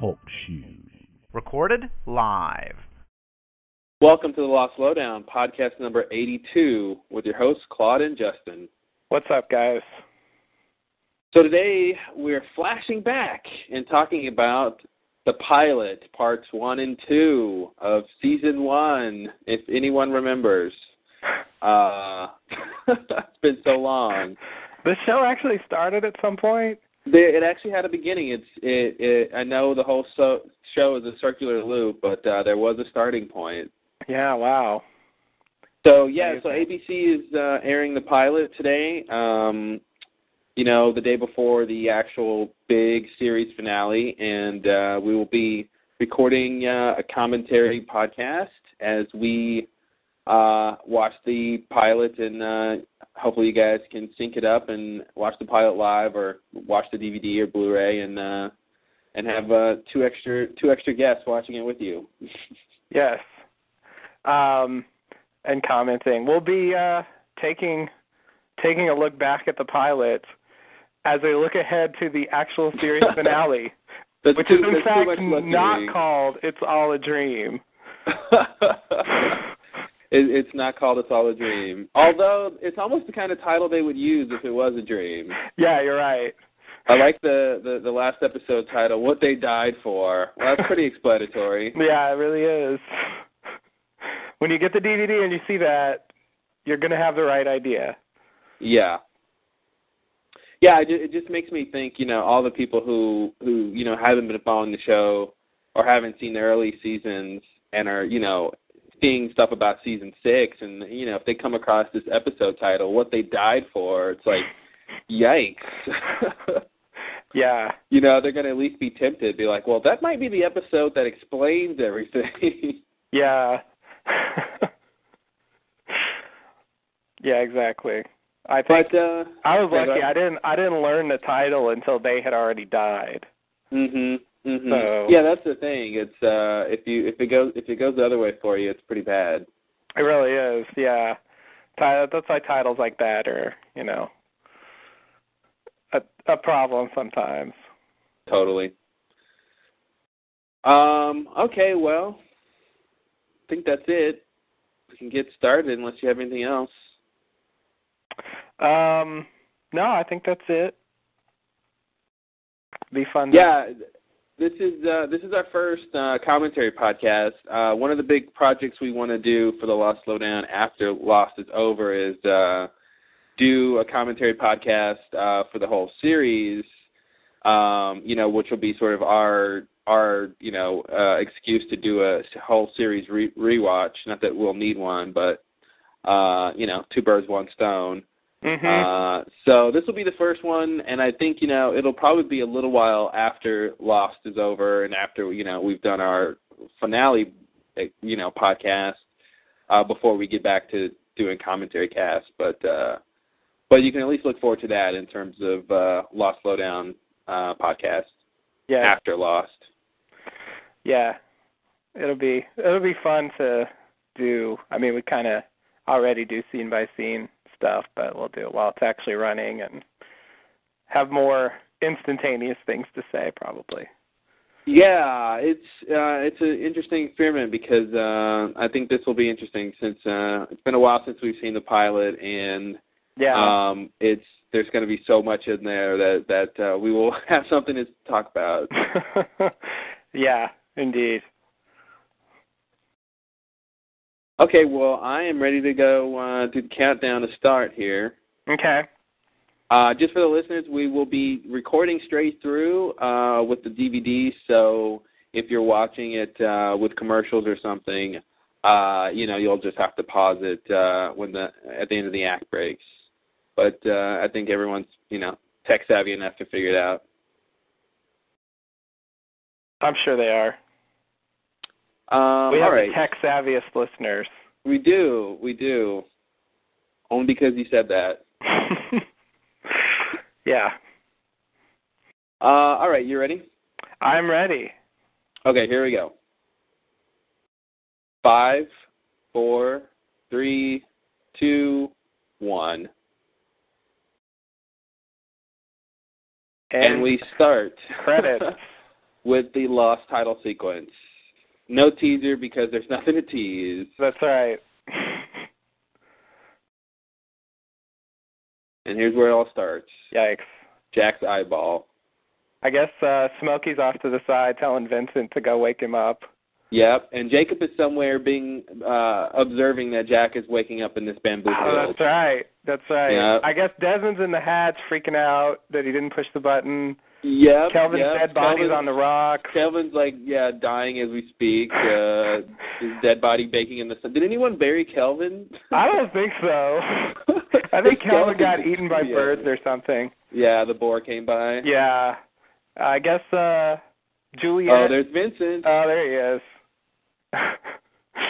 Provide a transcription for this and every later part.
Talk Shoe. Recorded live. Welcome to the Lost Lowdown, podcast number 82, with your hosts, Claude and Justin. What's up, guys? So today we're flashing back and talking about the pilot, parts one and two of season one, if anyone remembers. Uh, it's been so long. This show actually started at some point. There, it actually had a beginning. It's it, it. I know the whole so, show is a circular loop, but uh, there was a starting point. Yeah, wow. Oh, So yeah, so Amazing. ABC is uh, airing the pilot today. Um, you know, the day before the actual big series finale, and uh, we will be recording uh, a commentary podcast as we uh, watch the pilot, and uh, hopefully you guys can sync it up and watch the pilot live, or watch the DVD or Blu-ray, and uh, and have uh, two extra two extra guests watching it with you. Yes. Um, and commenting. We'll be uh, taking taking a look back at the pilot as we look ahead to the actual series finale, That's which too, is in that's too fact much left to not read. called "It's All a Dream." it, it's not called It's All a Dream. Although it's almost the kind of title they would use if it was a dream. Yeah, you're right. I like the, the, the last episode title, What They Died For. Well, that's pretty explanatory. Yeah, it really is. When you get the DVD and you see that, you're gonna have the right idea. Yeah. Yeah, it, ju- it just makes me think, you know, all the people who, who, you know, haven't been following the show or haven't seen the early seasons and are, you know, seeing stuff about season six and, you know, if they come across this episode title, What They Died For, it's like, yikes. Yeah. you know, they're going to at least be tempted, be like, well, that might be the episode that explains everything. Yeah. yeah, exactly. I think but, uh, I was yeah, lucky. but- I didn't I didn't learn the title until they had already died. mhm. Mhm. So- Yeah, that's the thing. It's uh if you if it goes if it goes the other way for you, it's pretty bad. It really is. Yeah. Ti- That's why titles like that are, you know, a a problem sometimes. Totally. Um okay, well, I think that's it. We can get started unless you have anything else. Um no, I think that's it. Be fun. to- Yeah, this is uh, this is our first uh, commentary podcast. Uh, one of the big projects we want to do for the Lost Slowdown after Lost is over is uh, do a commentary podcast uh, for the whole series. Um, you know, which will be sort of our our you know uh, excuse to do a s- whole series re- rewatch. Not that we'll need one, but uh, you know, two birds, one stone. Mhm. Uh, so this will be the first one, and I think you know it'll probably be a little while after Lost is over and after you know we've done our finale, eh, you know, podcast uh, before we get back to doing commentary casts. But uh, but you can at least look forward to that in terms of uh, Lost Lowdown uh, podcast yeah. after Lost. yeah it'll be it'll be fun to do i mean we kind of already do scene by scene stuff but we'll do it while it's actually running and have more instantaneous things to say probably Yeah, it's uh, it's an interesting experiment because uh, I think this will be interesting since uh, it's been a while since we've seen the pilot and. yeah Um, it's there's going to be so much in there that that uh, we will have something to talk about. Uh. yeah indeed Okay, well I am ready to go uh, do the countdown to start here. okay Uh, just for the listeners, we will be recording straight through uh, with the DVD. So if you're watching it uh, with commercials or something, uh, you know you'll just have to pause it uh, when the at the end of the act breaks. But uh, I think everyone's you know tech savvy enough to figure it out. i'm sure they are Um, we all have right. the tech savviest listeners We do, we do. Only because you said that. yeah Uh, all right, you ready? i'm ready Okay, here we go. Five, four, three, two, one, and, we start. credits with the Lost title sequence. No teaser because there's nothing to tease. That's right. And here's where it all starts Yikes. Jack's eyeball. I guess uh Smokey's off to the side telling Vincent to go wake him up. Yep, and Jacob is somewhere being uh observing that Jack is waking up in this bamboo Oh, field. that's right. That's right. Yeah. I guess Desmond's in the hatch freaking out that he didn't push the button. Yep, Kelvin's yep. dead body's Kelvin- on the rock. Kelvin's like yeah, dying as we speak. Uh, his dead body baking in the sun. Did anyone bury Kelvin? I don't think so. I think Kelvin got eaten by Yeah. birds or something. Yeah, the boar came by. Yeah. I guess uh Juliet Oh, there's Vincent. Oh, there he is.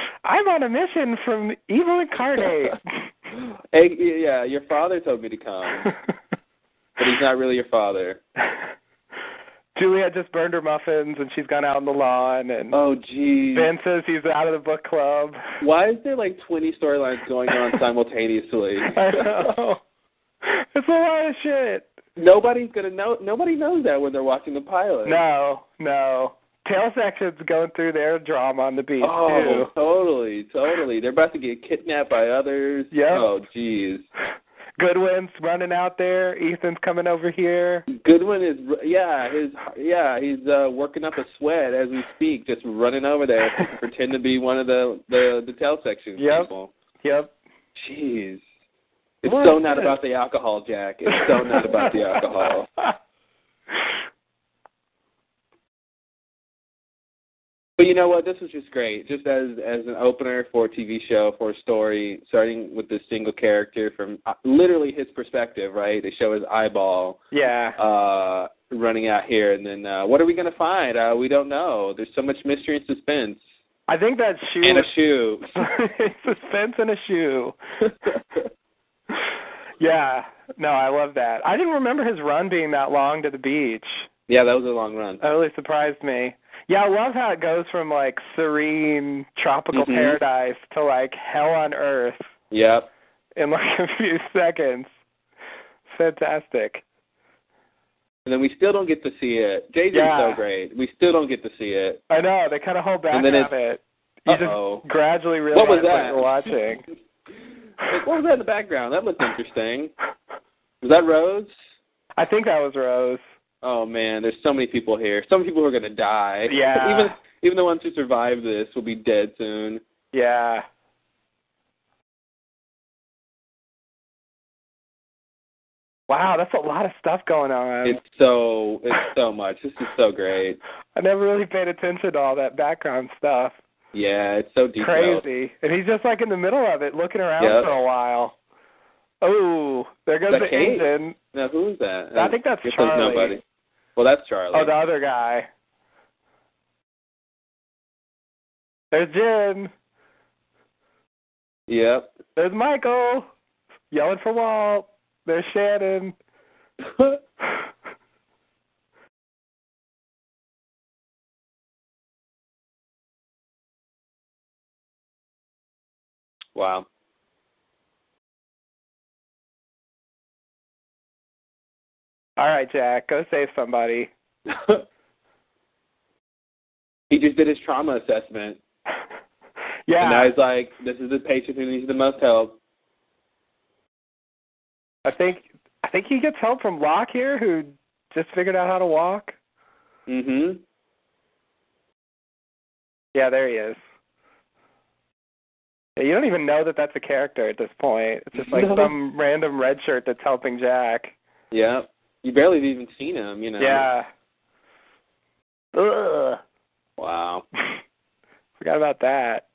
I'm on a mission from Evil Incarnate. hey, yeah, your father told me to come, but he's not really your father. Juliet just burned her muffins and she's gone out on the lawn and Oh, geez. Ben says he's out of the book club. Why is there like 20 storylines going on simultaneously? I know. It's a lot of shit. Nobody's gonna know. Nobody knows that when they're watching the pilot. No, no. Tail section's going through their drama on the beach Oh, totally, totally. They're about to get kidnapped by others. Yep. Oh, jeez. too. Goodwin's running out there. Ethan's coming over here. Goodwin is yeah, his yeah, he's uh working up a sweat as we speak, just running over there to pretend to be one of the the the tail section Yep. people. Yep. Jeez. It's What so is not this? about the alcohol, Jack. It's so not about the alcohol. But you know what? This was just great. Just as as an opener for a TV show, for a story, starting with this single character from uh, literally his perspective, right? They show his eyeball Yeah. uh running out here and then uh what are we going to find? Uh we don't know. There's so much mystery and suspense. I think that shoe And a was shoe. suspense and a shoe. Yeah. No, I love that. I didn't remember his run being that long to the beach. yeah, that was a long run. That really surprised me. Yeah, I love how it goes from like serene tropical Mhm. paradise to like hell on earth Yep. in like a few seconds. Fantastic. And then we still don't get to see it. JJ's Yeah. so great. We still don't get to see it. I know, they kinda hold back And then on it. You Uh-oh. just gradually What realize was that? you're watching. Like, what was that in the background? That looked interesting. Was that Rose? I think that was Rose. Oh man, there's so many people here. So many people who are gonna die. Yeah. Even even the ones who survive this will be dead soon. Yeah. Wow, that's a lot of stuff going on. It's so it's so much. This is so great. I never really paid attention to all that background stuff. Yeah, it's so detailed. Crazy. And he's just like in the middle of it, looking around Yep. for a while. Oh, there goes That the Kate? engine. Now who is that? I think that's Guess there's Charlie. nobody. Well that's Charlie. Oh, the other guy. There's Jim. Yep. There's Michael. Yelling for Walt. There's Shannon. wow. All right, Jack, go save somebody. he just did his trauma assessment. And now Yeah, he's like, This is the patient who needs the most help. I think I think he gets help from Locke here, who just figured out how to walk. Mhm. Yeah, there he is. Yeah, You don't even know that that's a character at this point. It's just like No. some random red shirt that's helping Jack. Yep. You barely have even seen him, you know. Yeah. Ugh. Wow. Forgot about that.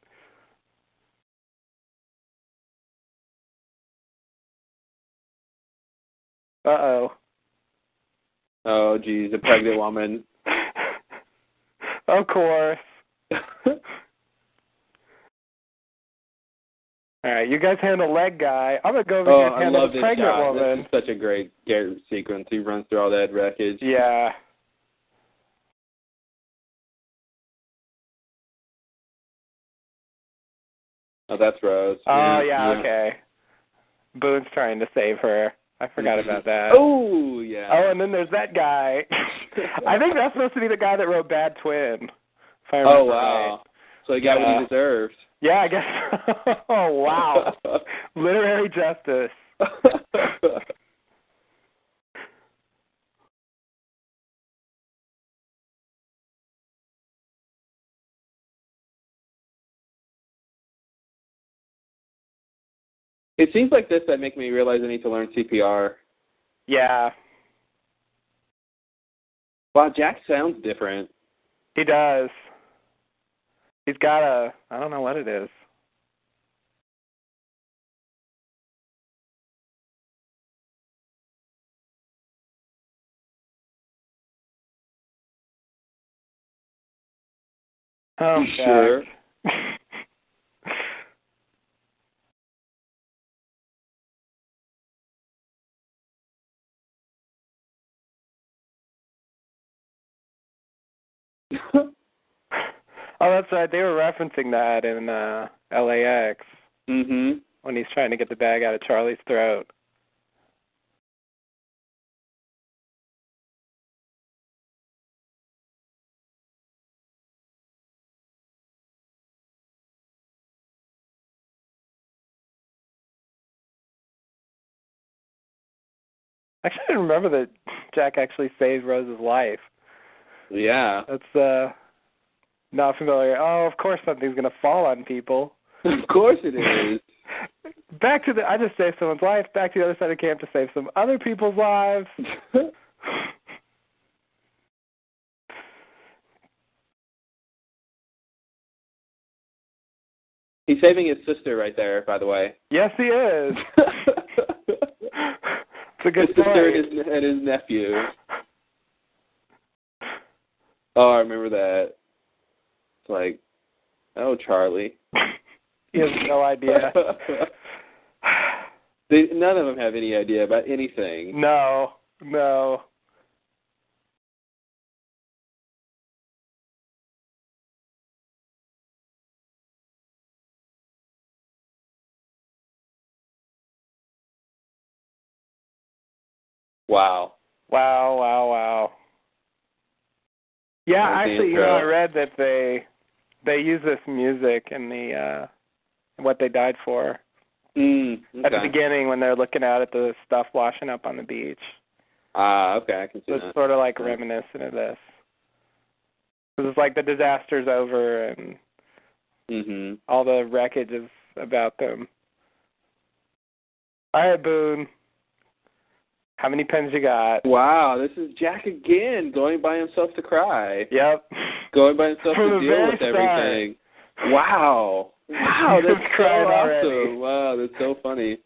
Uh oh. Oh geez, a pregnant woman. Of course. All right, you guys handle leg guy. I'm gonna go over oh, here and I handle love the this pregnant shot. woman. This is such a great Garrett sequence. He runs through all that wreckage. Yeah. Oh, that's Rose. Oh yeah, okay. Boone's trying to save her. I forgot about that. Oh yeah. Oh, and then there's that guy. I think that's supposed to be the guy that wrote Bad Twin. If I remember oh wow. right. So he got Yeah. what he deserved. Yeah, I guess. oh wow, literary justice. it seems like this that make me realize I need to learn CPR. Yeah, Wow, Jack sounds different. he does. He's got a. I don't know what it is. Oh, You sure? God. Oh, that's right. They were referencing that in uh LAX mhm. when he's trying to get the bag out of Charlie's throat. Actually, I didn't remember that Jack actually saved Rose's life. Yeah. That's uh not familiar. Oh, of course something's gonna fall on people. Of course it is. Back to the I just saved someone's life, back to the other side of camp to save some other people's lives. He's saving his sister right there, by the way. Yes he is. It's a his good sister story. and his, and his nephew. Oh, I remember that. It's like, oh, Charlie. He has no idea. they, none of them have any idea about anything. no. No. Wow. Wow, wow, wow. Yeah, Like the actually, you know, intro. I read that they they use this music in the uh what they died for Mm, okay. at the beginning when they're looking out at the stuff washing up on the beach. Ah, okay, I can see So that. it's sort of like Yeah. reminiscent of this. 'Cause it's like the disaster's over and Mhm. all the wreckage is about them. All right, Boone. How many pens you got? Wow, this is Jack again going by himself to cry. Yep. Going by himself From to the deal very with start. everything. Wow. Wow, You've that's so cried already. awesome. Wow, that's so funny.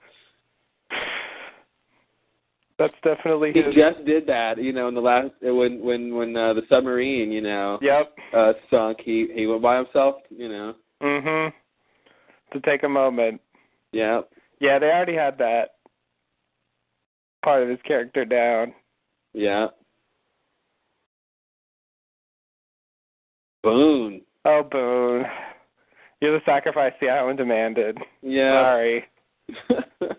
That's definitely He his. just did that, you know, in the last when when when uh, the submarine, you know, Yep. uh sunk, he he went by himself, you know. Mhm. To take a moment. Yeah. Yeah, they already had that part of his character down. Yeah. Boone. Oh, Boone. You're the sacrifice the island demanded. Yeah. Sorry.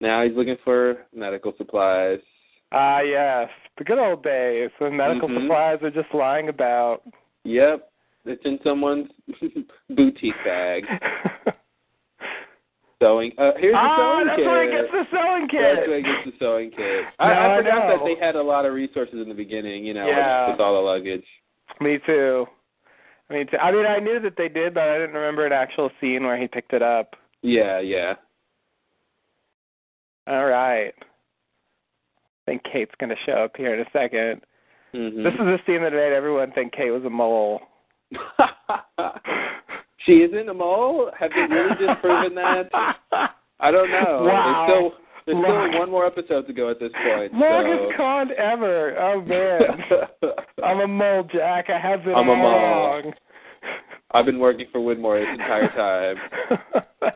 now he's looking for medical supplies. Ah, yes. The good old days when medical Mhm. supplies are just lying about. Yep. It's in someone's boutique bag. Sewing. Uh, here's the ah, sewing that's kit. where he gets the sewing That's where kit. he gets the sewing kit. Now I, I I forgot know. that they had a lot of resources in the beginning, you know, Yeah. with, with all the luggage. Me too. Me too. I mean, I knew that they did, but I didn't remember an actual scene where he picked it up. Yeah, yeah. All right. I think Kate's going to show up here in a 2nd hmm This is the scene that made everyone think Kate was a mole. she isn't a mole? Have they really just proven that? I don't know. Wow. There's still, there's Look. still one more episode to go at this point. Longest so. con ever. Oh, man. I'm a mole, Jack. I have been I'm a all mole. along. I've been working for Widmore this entire time. time.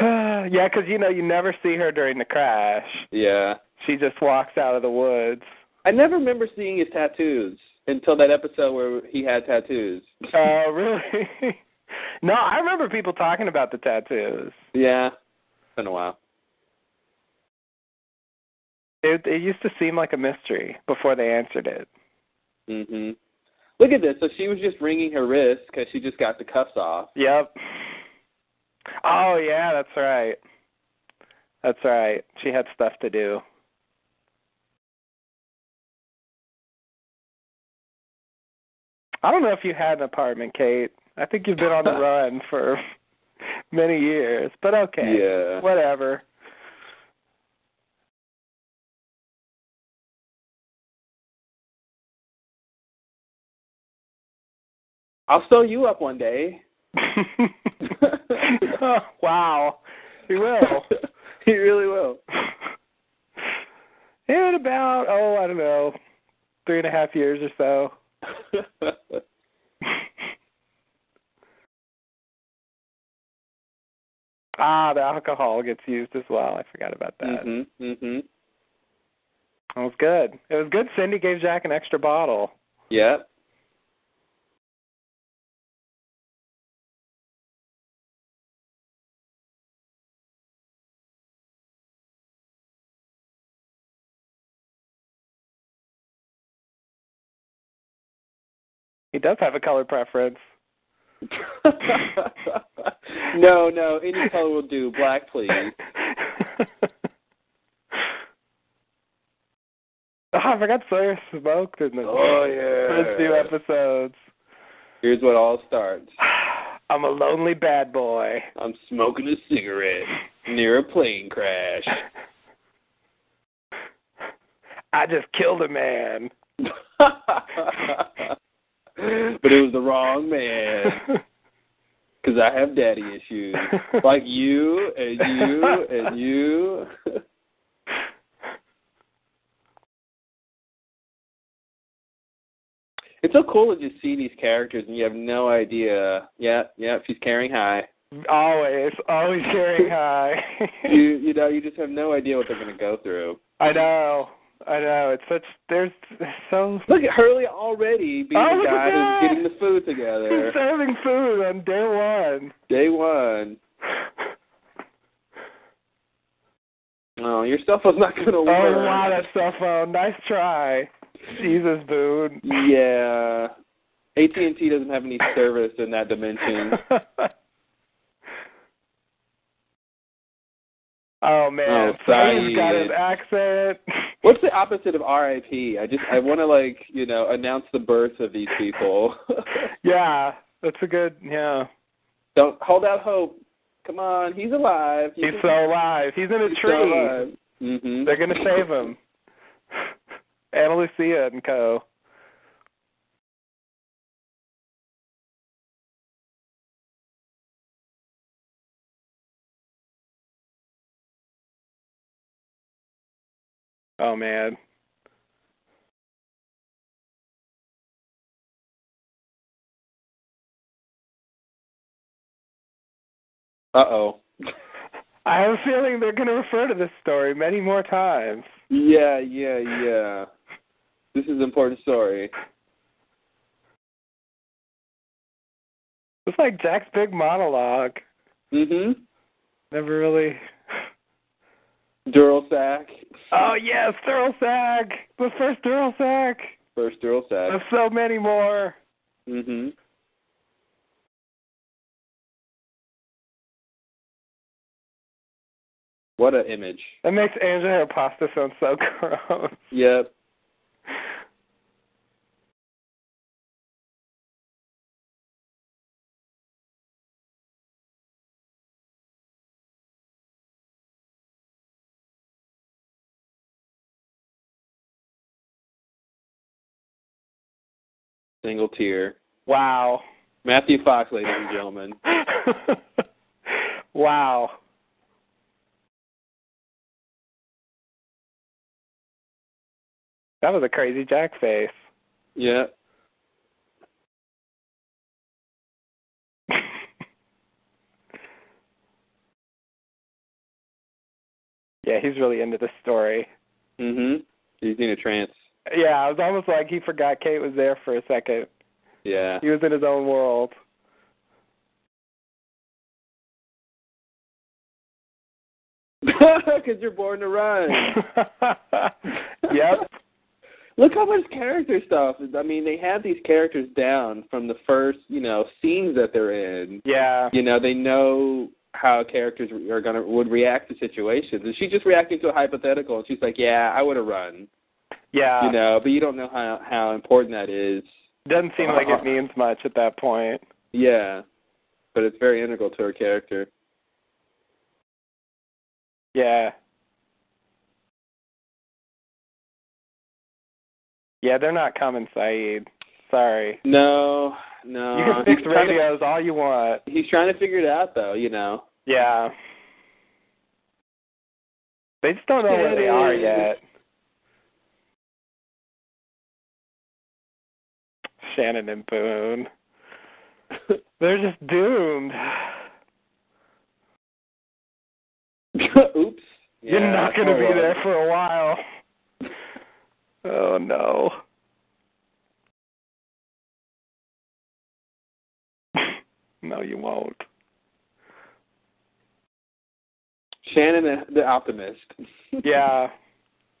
yeah, because you know you never see her during the crash. Yeah. She just walks out of the woods. I never remember seeing his tattoos until that episode where he had tattoos. Oh, really? No, I remember people talking about the tattoos. Yeah, it's been a while. It it used to seem like a mystery before they answered it. Mhm. Look at this. So she was just wringing her wrist because she just got the cuffs off. Yep. Oh yeah, that's right. That's right. She had stuff to do. I don't know if you had an apartment, Kate. I think you've been on the run for many years, but okay. Yeah. Whatever. I'll sew you up one day. Oh, wow. You will. he really will. In about, oh, I don't know, three and a half years or so. Ah, the alcohol gets used as well. I forgot about that. mhm. Mhm. It was good. It was good. Cindy gave Jack an extra bottle. Yep. He does have a color preference. no, no, any color will do. Black, please. oh, I forgot Sawyer smoked in the Oh, yeah. first few episodes. Here's what all starts. I'm a lonely bad boy. I'm smoking a cigarette near a plane crash. I just killed a man. but it was the wrong man because I have daddy issues, like you and you and you. It's so cool to just see these characters and you have no idea. Yeah, yeah, she's carrying high. always, always hearing high. You you know you just have no idea what they're gonna go through. I know. I know. It's such. There's so. Look at Hurley already being Oh, the look at guy that. who's getting the food together. Serving food on day one. Day one. Oh, your cell phone's not gonna work. Oh wow, that cell phone. Nice try. Jesus Boone. Yeah. AT and T doesn't have any service in that dimension. oh Oh, man, sorry. has got his accent. What's the opposite of RIP? I just I want to like you know announce the birth of these people. yeah, that's a good. Yeah, Don't hold out hope. Come on, he's alive. he's so alive. He's in a tree. hmm They're gonna save him. Anna Lucia and Co. Oh man. Uh oh. I have a feeling they're gonna refer to this story many more times. Yeah, yeah, yeah. This is an important story. It's like Jack's big monologue. hmm Never really Duralsac. Oh yes, Duralsac! The first Duralsac! First Duralsac. There's so many more. hmm What a image. That makes Angela Hair pasta sound so gross. Yep. Single tear. Wow. Matthew Fox, ladies and gentlemen. wow. That was a crazy Jack face. Yeah. Yeah, he's really into this story. Mhm. He's in a trance. Yeah, it was almost like he forgot Kate was there for a second. Yeah. He was in his own world. Because you're born to run. yep. Look how much character stuff. I mean, they have these characters down from the first, you know, scenes that they're in. Yeah. You know, they know how characters are gonna would react to situations, and she's just reacting to a hypothetical, and she's like, "Yeah, I would have run," Yeah. you know. But you don't know how how important that is. Doesn't seem like it means much at that point. Yeah, but it's very integral to her character. Yeah. Yeah, they're not coming, Saeed. Sorry. No, no. You can fix Uh, he's trying to- radios all you want. he's trying to figure it out, though. You know. Yeah. They just don't know where they are yet. Shannon and Boone. They're just doomed. Oops. You're Yeah, not going to oh, be well. there for a while. Oh, no. No, you won't. Shannon, the, the optimist. Yeah.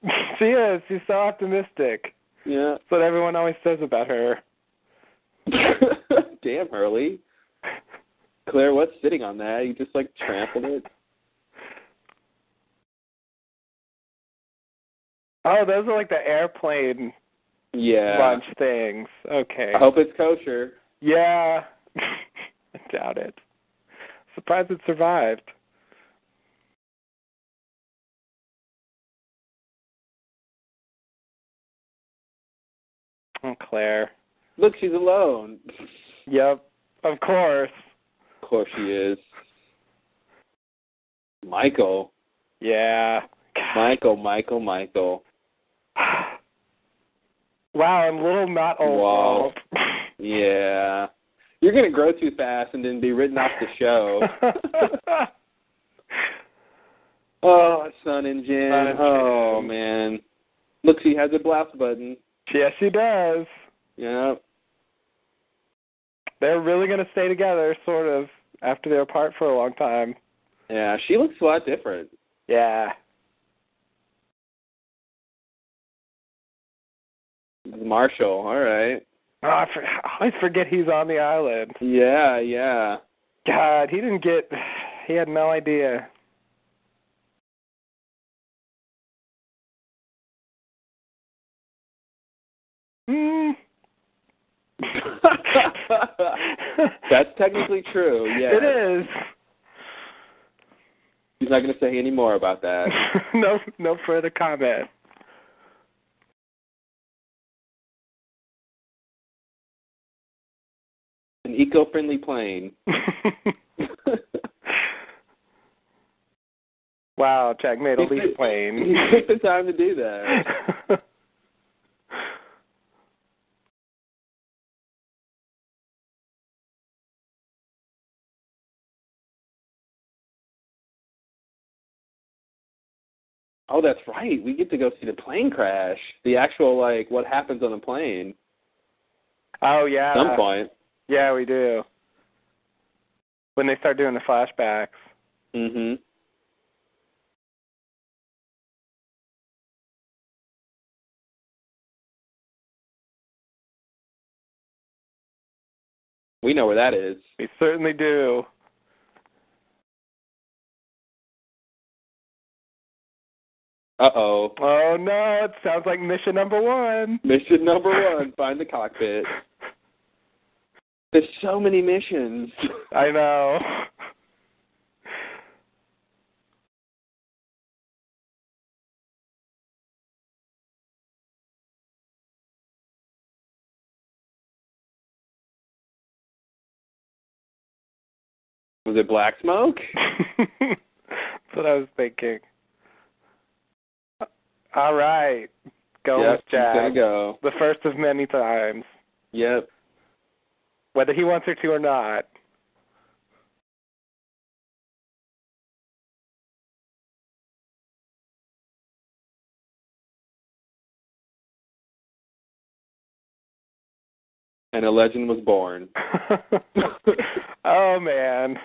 she is. She's so optimistic. yeah. That's what everyone always says about her. Damn, Hurley. Claire, what's sitting on that? You just like trampled it. Oh, those are like the airplane Yeah. lunch things. Okay. I hope it's kosher. Yeah. I doubt it. Surprised it survived. Oh, Claire. Look, she's alone. Yep. Of course. Of course she is. Michael, Yeah. Michael, Michael, Michael. wow, I'm a little not old. Wow. Yeah. You're gonna grow too fast and then be written off the show. oh, Sun and Jin. Sun and oh Jin. man. Look, she has a blouse button. yes, she does. Yeah. They're really going to stay together, sort of, after they're apart for a long time. Yeah. She looks a lot different. Yeah. Marshall. All right. Oh, I, for- I always forget he's on the island. Yeah. Yeah. God, he didn't get. He had no idea. Hmm. That's technically true. Yeah. It is. He's not gonna say any more about that. no, no further comment. An eco-friendly plane. Mm-hmm. wow, Jack made a He leaf took- plane. He took the time to do that. Oh, that's right. We get to go see the plane crash. The actual like what happens on the plane oh yeah. at some point. Yeah, we do. When they start doing the flashbacks. Mhm. We know where that is. We certainly do. Uh-oh. Oh no, it sounds like mission number one. Mission number 1, find the cockpit. There's so many missions. I know. Was it black smoke? That's what I was thinking. Uh, All right. Go yep, with Jack. He's gonna go. The first of many times. Yep. Whether he wants her to or not. And a legend was born. oh man.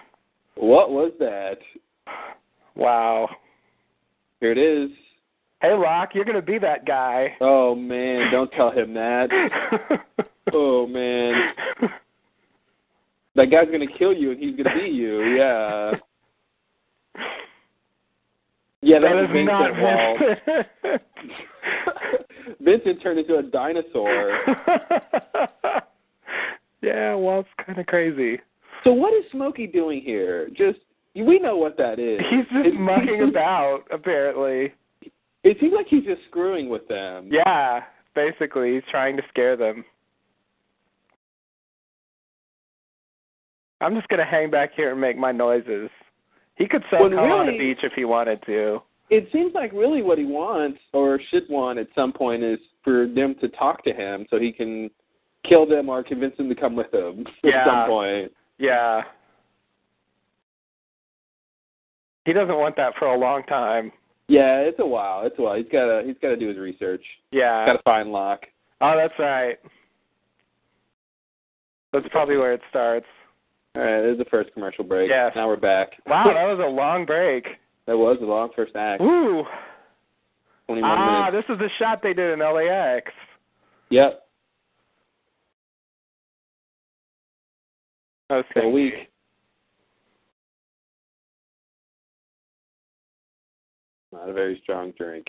What was that? Wow. Here it is. Hey, Locke, you're going to be that guy. Oh man, don't tell him that. Oh man, that guy's gonna kill you, and he's gonna be you. Yeah. Yeah, that, that was is Vincent not Wall. Vincent. Vincent turned into a dinosaur. yeah, Walt's kind of crazy. So what is Smokey doing here? Just we know what that is. He's just It- mucking about, apparently. It seems like he's just screwing with them. Yeah, basically, he's trying to scare them. I'm just gonna hang back here and make my noises. He could sell When cum on the really- beach if he wanted to. It seems like really what he wants or should want at some point is for them to talk to him so he can kill them or convince them to come with him Yeah. at some point. Yeah. He doesn't want that for a long time. Yeah, it's a while. It's a while. He's gotta he's gotta do his research. Yeah. Gotta find Locke. Oh, that's right. That's probably where it starts. All right, this is the first commercial break. Yes. Now we're back. Wow, that was a long break. That was the long first act. Ooh. Twenty one Ah, minutes. this is the shot they did in LAX. Yep. Oh, A sick. week. Not a very strong drink.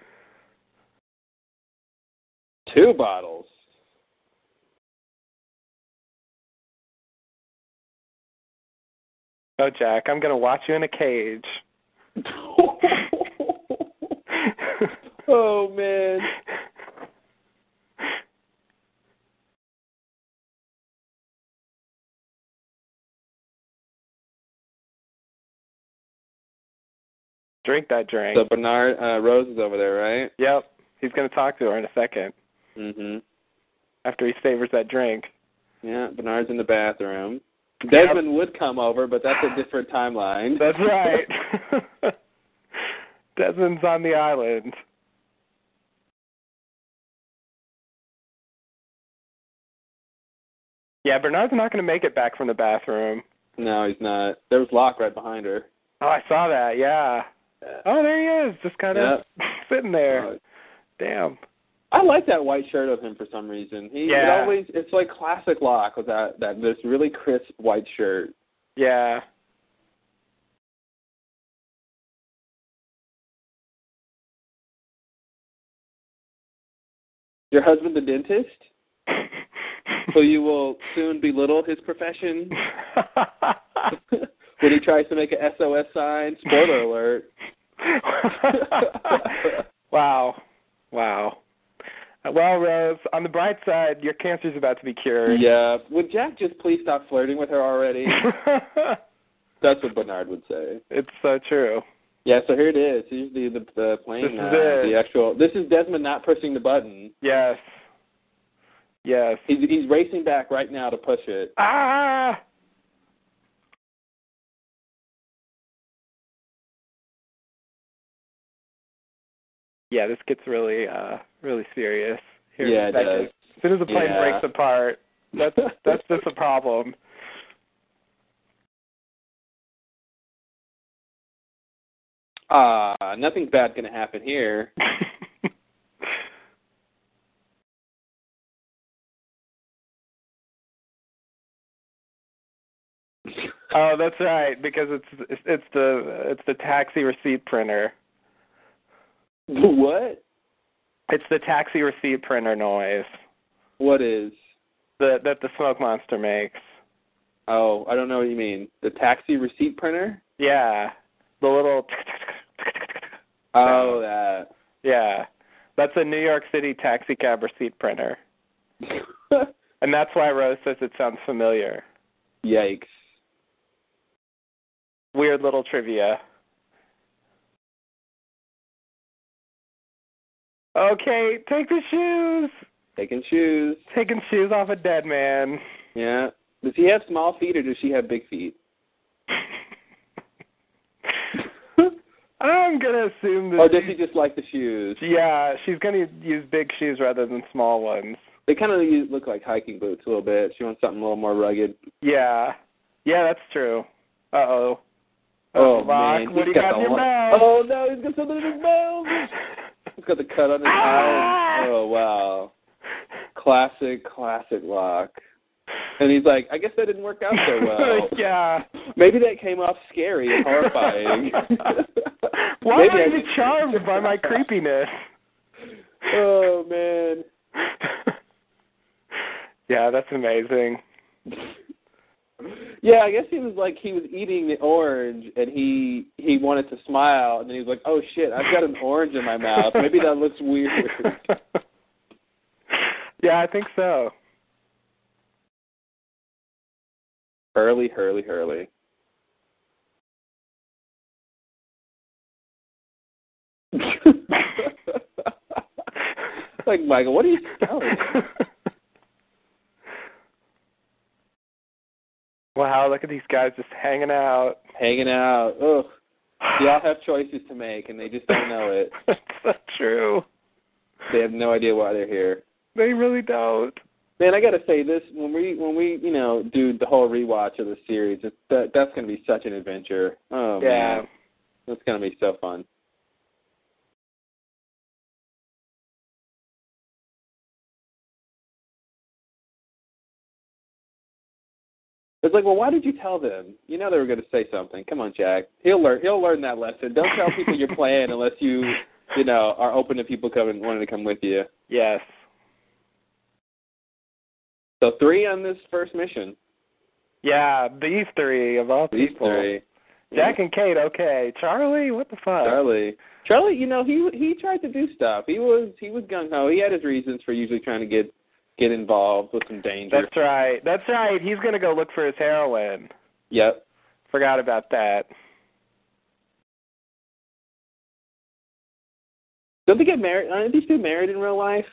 Two bottles. Oh, Jack, I'm gonna watch you in a cage. oh man. Drink that drink. So Bernard uh, Rose is over there, right? Yep. He's gonna talk to her in a second Mhm. after he savors that drink. Yeah, Bernard's in the bathroom. Desmond would come over, but that's a different timeline. That's right. Desmond's on the island. Yeah, Bernard's not going to make it back from the bathroom. no, he's not. There was Locke right behind her. Oh, I saw that. Yeah. Oh, there he is, just kind of sitting there. Uh, Damn. I like that white shirt of him for some reason. He it Yeah. always it's like classic Locke with that that this really crisp white shirt. Yeah. Your husband the dentist, so you will soon belittle his profession when he tries to make a SOS sign. Spoiler alert. wow. Wow. Uh, Well, Rose, on the bright side, your cancer's about to be cured. yeah. Would Jack just please stop flirting with her already? That's what Bernard would say. it's so true. Yeah, so here it is. Here's the the, the plane. This is uh, it. The actual. This is Desmond not pushing the button. Yes. Yes. He's he's racing back right now to push it. Ah! Yeah, this gets really, uh, really serious. Here in a yeah, it second. does. As soon as the plane Yeah. breaks apart, that's that's just a problem. Ah, nothing bad's gonna happen here. oh, that's right, because it's it's the it's the taxi receipt printer. what? It's the taxi receipt printer noise What is? that that the smoke monster makes. Oh, I don't know what you mean. The taxi receipt printer? Yeah, the little Oh, that. yeah, that's a New York City taxi cab receipt printer, and that's why Rose says it sounds familiar. Yikes. Weird little trivia. Okay, take the shoes. Taking shoes. Taking shoes off a dead man. Yeah. Does he have small feet or does she have big feet? I'm gonna assume that. Or does he she's- just like the shoes? Yeah, she's gonna use big shoes rather than small ones. They kind of look like hiking boots a little bit. She wants something a little more rugged. Yeah, yeah, that's true. Uh oh. Oh, Rock, man. what do he's you got in the your lung- mouth? Oh, no, he's got something in his mouth. He's got the cut on his Ah! eye. Oh, wow. Classic, classic lock. And he's like, I guess that didn't work out so Oh, well. yeah. Maybe that came off scary and horrifying. Why Maybe are I you just- charmed by my creepiness? Oh, man. yeah, that's amazing. Yeah, I guess he was like he was eating the orange and he he wanted to smile and then he was like, "Oh shit, I've got an orange in my mouth. Maybe that looks weird." yeah, I think so. Hurley, Hurley, Hurley. like Michael, what are you telling? me? wow, look at these guys just hanging out. Hanging out. Ugh. They all have choices to make and they just don't know it. That's not true. They have no idea why they're here. They really don't. Man, I gotta say this when we when we you know do the whole rewatch of the series, it, that that's gonna be such an adventure. Oh yeah. man, that's gonna be so fun. It's like, well, why did you tell them? You know they were gonna say something. Come on, Jack. He'll learn. He'll learn that lesson. Don't tell people your plan unless you you know are open to people coming wanting to come with you. Yes. So three on this first mission. Yeah, these three of all These people. three. Jack and Kate, okay. Charlie, what the fuck? Charlie. Charlie, you know, he he tried to do stuff. He was he was gung ho. He had his reasons for usually trying to get get involved with some danger. That's right. That's right. He's gonna go look for his heroin. yep. Forgot about that. Don't they get married? Aren't these two married in real life?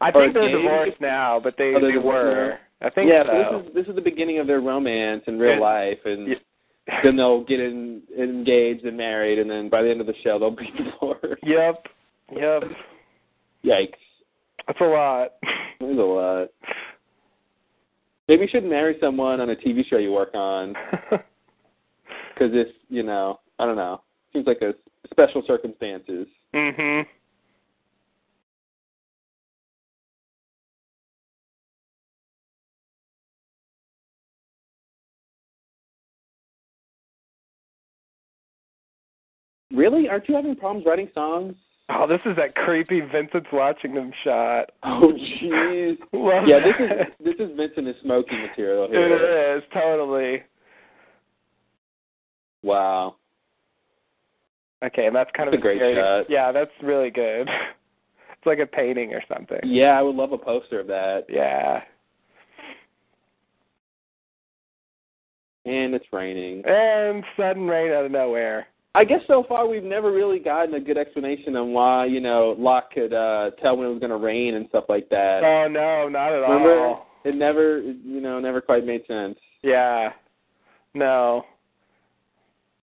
I Or think they're gay. divorced now, but they Oh, they're they divorced were. I think yeah. so. this is this is the beginning of their romance in real Yeah. life, and Yeah. then they'll get in, engaged and married, and then by the end of the show they'll be divorced. yep. Yep. Yikes! That's a lot. There's a lot. Maybe you should marry someone on a TV show you work on. because if you know, I don't know, seems like a special circumstances. mhm. Really, aren't you having problems writing songs? Oh, this is that creepy Vincent's watching them shot. Oh jeez. Love Yeah, this that. is this is Vincent is smoking material here. It is totally Wow. okay. And that's kind That's of a great scary- shot. Yeah, that's really good. It's like a painting or something. Yeah, I would love a poster of that. Yeah. And it's raining. And sudden rain out of nowhere. I guess so far we've never really gotten a good explanation on why you know Locke could uh tell when it was going to rain and stuff like that. Oh no, not at Remember, all. it never you know never quite made sense. Yeah. No.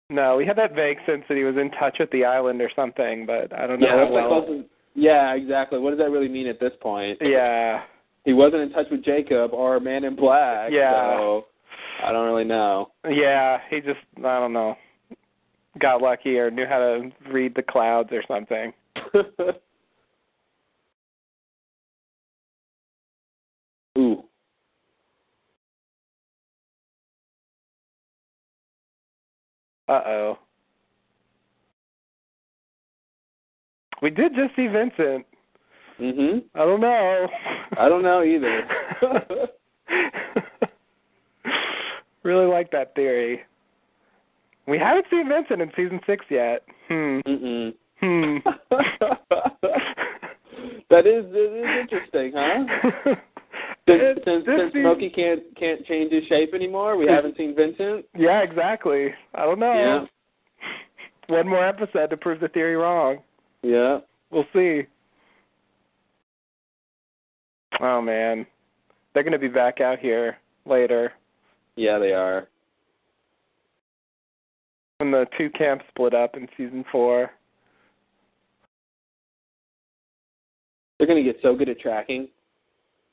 No, we had that vague sense that he was in touch with the island or something, but I don't know. Yeah, that's the well- closest- yeah, exactly. What does that really mean at this point? yeah. he wasn't in touch with Jacob or Man in Black. Yeah. So I don't really know. Yeah, he just I don't know. Got lucky or knew how to read the clouds or something. Ooh. Uh oh. We did just see Vincent. Mhm. I don't know. I don't know either. really like that theory. We haven't seen Vincent in season six yet. Hmm. Mm-mm. Hmm. that is it is interesting, huh? Since It- since, this since season- Smokey can't can't change his shape anymore, we haven't seen Vincent. Yeah, exactly. I don't know. Yeah. One more episode to prove the theory wrong. Yeah. We'll see. Oh man, they're gonna be back out here later Yeah, they are. when the two camps split up in season four. They're gonna get so good at tracking.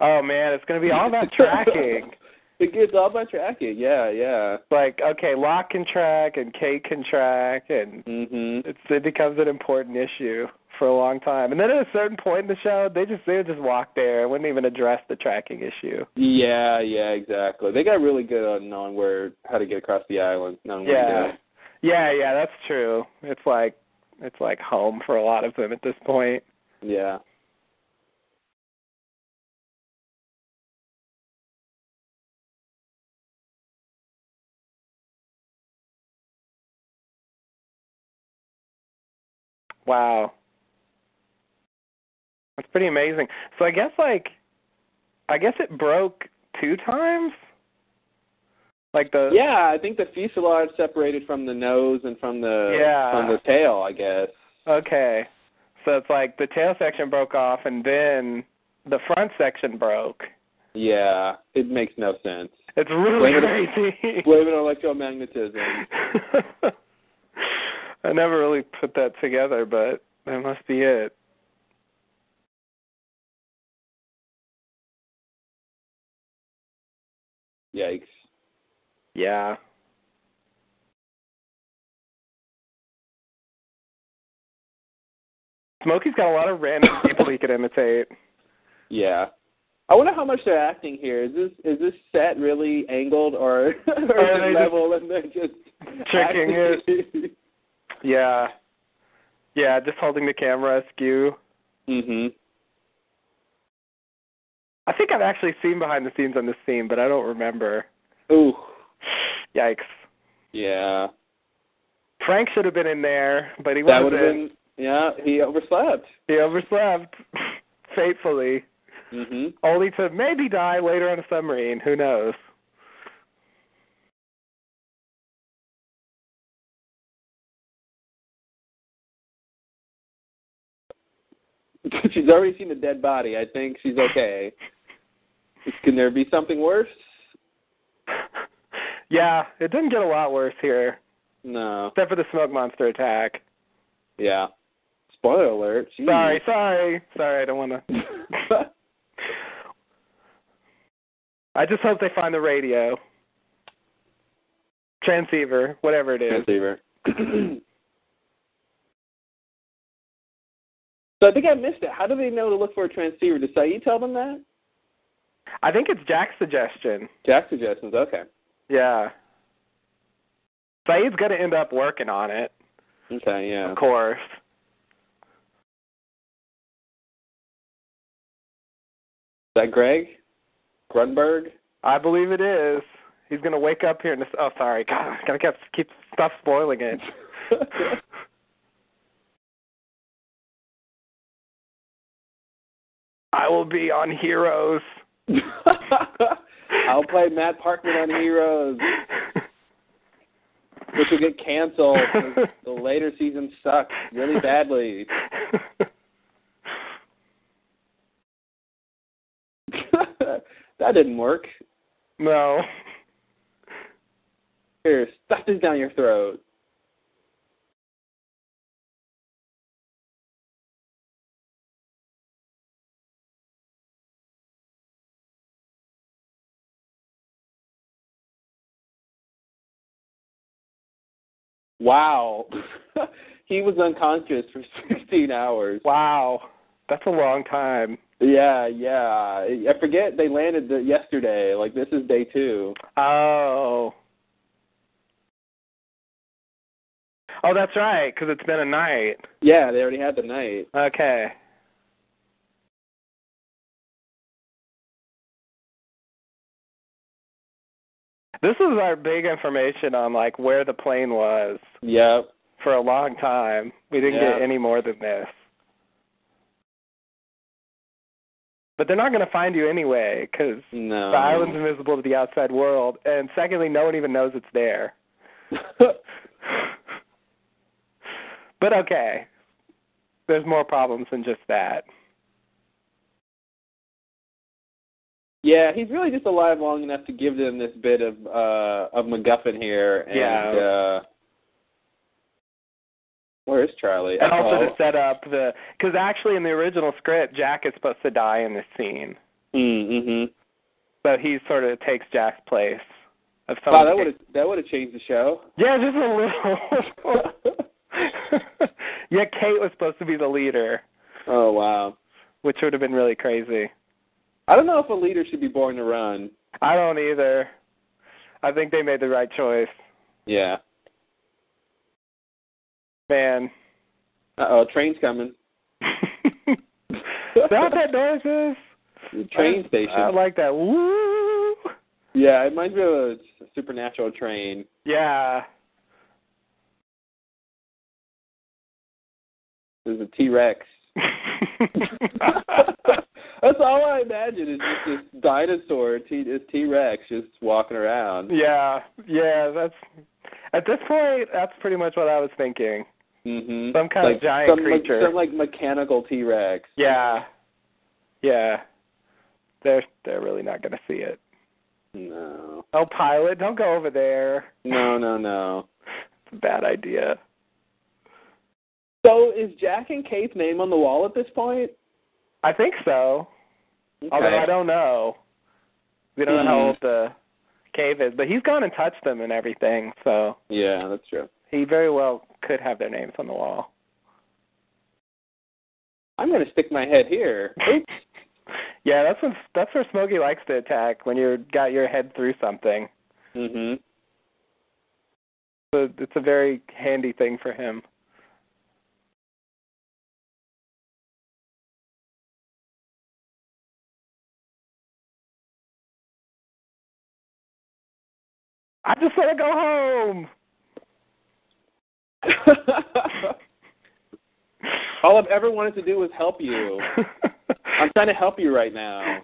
Oh man, it's gonna be all about tracking. it gets all by tracking. Yeah, yeah. Like, okay, Locke can track and Kate can track, and Mhm. it's, it becomes an important issue for a long time. And then at a certain point in the show, they just they would just walk there and wouldn't even address the tracking issue. Yeah, yeah, exactly. They got really good on knowing where how to get across the island. Knowing where to Yeah. do it. Yeah, yeah, that's true. It's like it's like home for a lot of them at this point. Yeah. Wow. That's pretty amazing. So I guess like I guess it broke two times? Like the Yeah, I think the fuselage separated from the nose and from the Yeah. from the tail, I guess. Okay. So it's like the tail section broke off and then the front section broke. Yeah, it makes no sense. It's really Blame crazy. Blame it on electromagnetism. I never really put that together, but that must be it. Yikes. Yeah. Smokey's got a lot of random people he could imitate. Yeah. I wonder how much they're acting here. Is this is this set really angled or, Or or Uh, is they it just level and they're just tricking it? Yeah. Yeah, just holding the camera askew. mhm. I think I've actually seen behind the scenes on this scene, but I don't remember. Ooh. Yikes. Yeah. Frank should have been in there, but he That wasn't. would have been yeah, he overslept. He overslept fatefully, Mhm. only to maybe die later on a submarine. Who knows? she's already seen a dead body. I think she's okay. Can there be something worse? Yeah, it didn't get a lot worse here, No. except for the smoke monster attack. Yeah. Spoiler alert. Jeez. Sorry, sorry, sorry. I don't want to. I just hope they find the radio, transceiver, whatever it is. Transceiver. so I think I missed it. How do they know to look for a transceiver? Did Saeed tell them that? I think it's Jack's suggestion. Jack suggestions. Okay. Yeah. Saeed's gonna end up working on it, Okay. Yeah. of course. Is that Greg? Grunberg? I believe it is. He's gonna wake up here and just, oh, sorry, God, I gotta keep keep stuff spoiling it. I will be on Heroes. I'll play Matt Parkman on Heroes, which will get canceled. 'cause the later season sucked really badly. that didn't work. no. Here, stuff this down your throat. Wow. he was unconscious for 16 hours. Wow, that's a long time. Yeah, yeah. I forget they landed the, yesterday. Like, this is day two. Oh. Oh, that's right, because it's been a night. Yeah, they already had the night. Okay. This is our big information on like where the plane was Yep. for a long time. We didn't get Yeah. any more than this. But they're not going to find you anyway cuz No. the island's invisible to the outside world and secondly no one even knows it's there. But okay. There's more problems than just that. yeah, he's really just alive long enough to give them this bit of uh of MacGuffin here. And, Yeah. Uh, where is Charlie? And also Oh. to set up the because actually in the original script, Jack is supposed to die in this scene, Mm, mhm. So he sort of takes Jack's place of Wow, someone. that would have that would have changed the show. Yeah, just a little. yeah, Kate was supposed to be the leader, Oh wow. which would have been really crazy. I don't know if a leader should be born to run. I don't either. I think they made the right choice. Yeah. Man. Uh oh, train's coming. Is that what that noise The is? Train I- station. I like that. Woo! yeah, it reminds me of a supernatural train. Yeah. There's a T Rex. That's all I imagine is just this dinosaur T this T Rex just walking around. yeah. Yeah, that's at this point that's pretty much what I was thinking. Mhm. Some kind of Like giant some, like- creature. some like mechanical T Rex. Yeah. Yeah. They're they're really not gonna see it. No. Oh pilot, don't go over there. No, no, no. It's a bad idea. So is Jack and Kate's name on the wall at this point? I think so. Although I Okay. don't know. We don't know how Hmm. old the cave is, but he's gone and touched them and everything, so Yeah, that's true. he very well could have their names on the wall. I'm gonna stick my head here. Oops. Yeah, that's when that's where Smokey likes to attack when you got your head through something. mhm. So it's a very handy thing for him. I just want to go home. All I've ever wanted to do was help you. I'm trying to help you right now.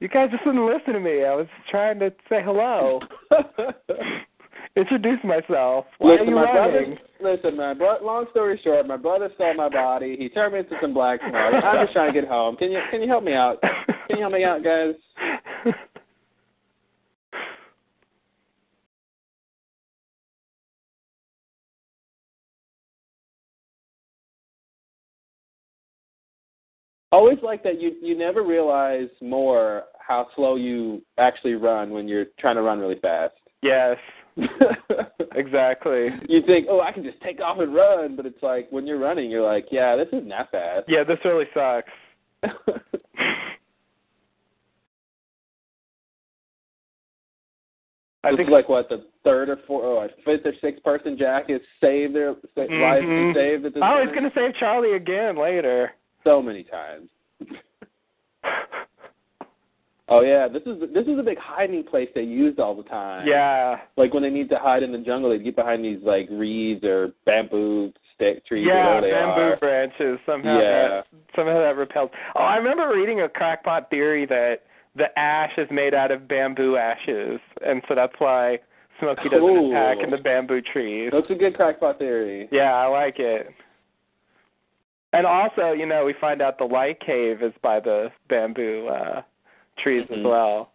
you guys just wouldn't listen to me. I was trying to say hello, introduce myself. Why are listen, you my running? brother. Listen, my bro- long story short, my brother stole my body. He turned me into some black smoke. I'm just trying to get home. Can you can you help me out? Can you help me out, guys? Always like that. You you never realize more how slow you actually run when you're trying to run really fast. yes, exactly. you think, oh, I can just take off and run, but it's like when you're running, you're like, yeah, this isn't that fast. Yeah, this really sucks. I This think is like what the third or fourth, or fifth or sixth person Jack is saved their sa- lives Mhm. is saved at this Oh, point. he's gonna save Charlie again later. so many times. Oh yeah, this is this is a big hiding place they used all the time. Yeah. like when they need to hide in the jungle, they get behind these like reeds or bamboo stick trees, yeah, whatever they bamboo are. branches somehow Yeah. that somehow that repels. Oh, I remember reading a crackpot theory that the ash is made out of bamboo ashes, and so that's why Smokey doesn't Cool. attack in the bamboo trees. That's a good crackpot theory. Yeah, I like it. And also, you know, we find out the light cave is by the bamboo uh trees as Mhm. well.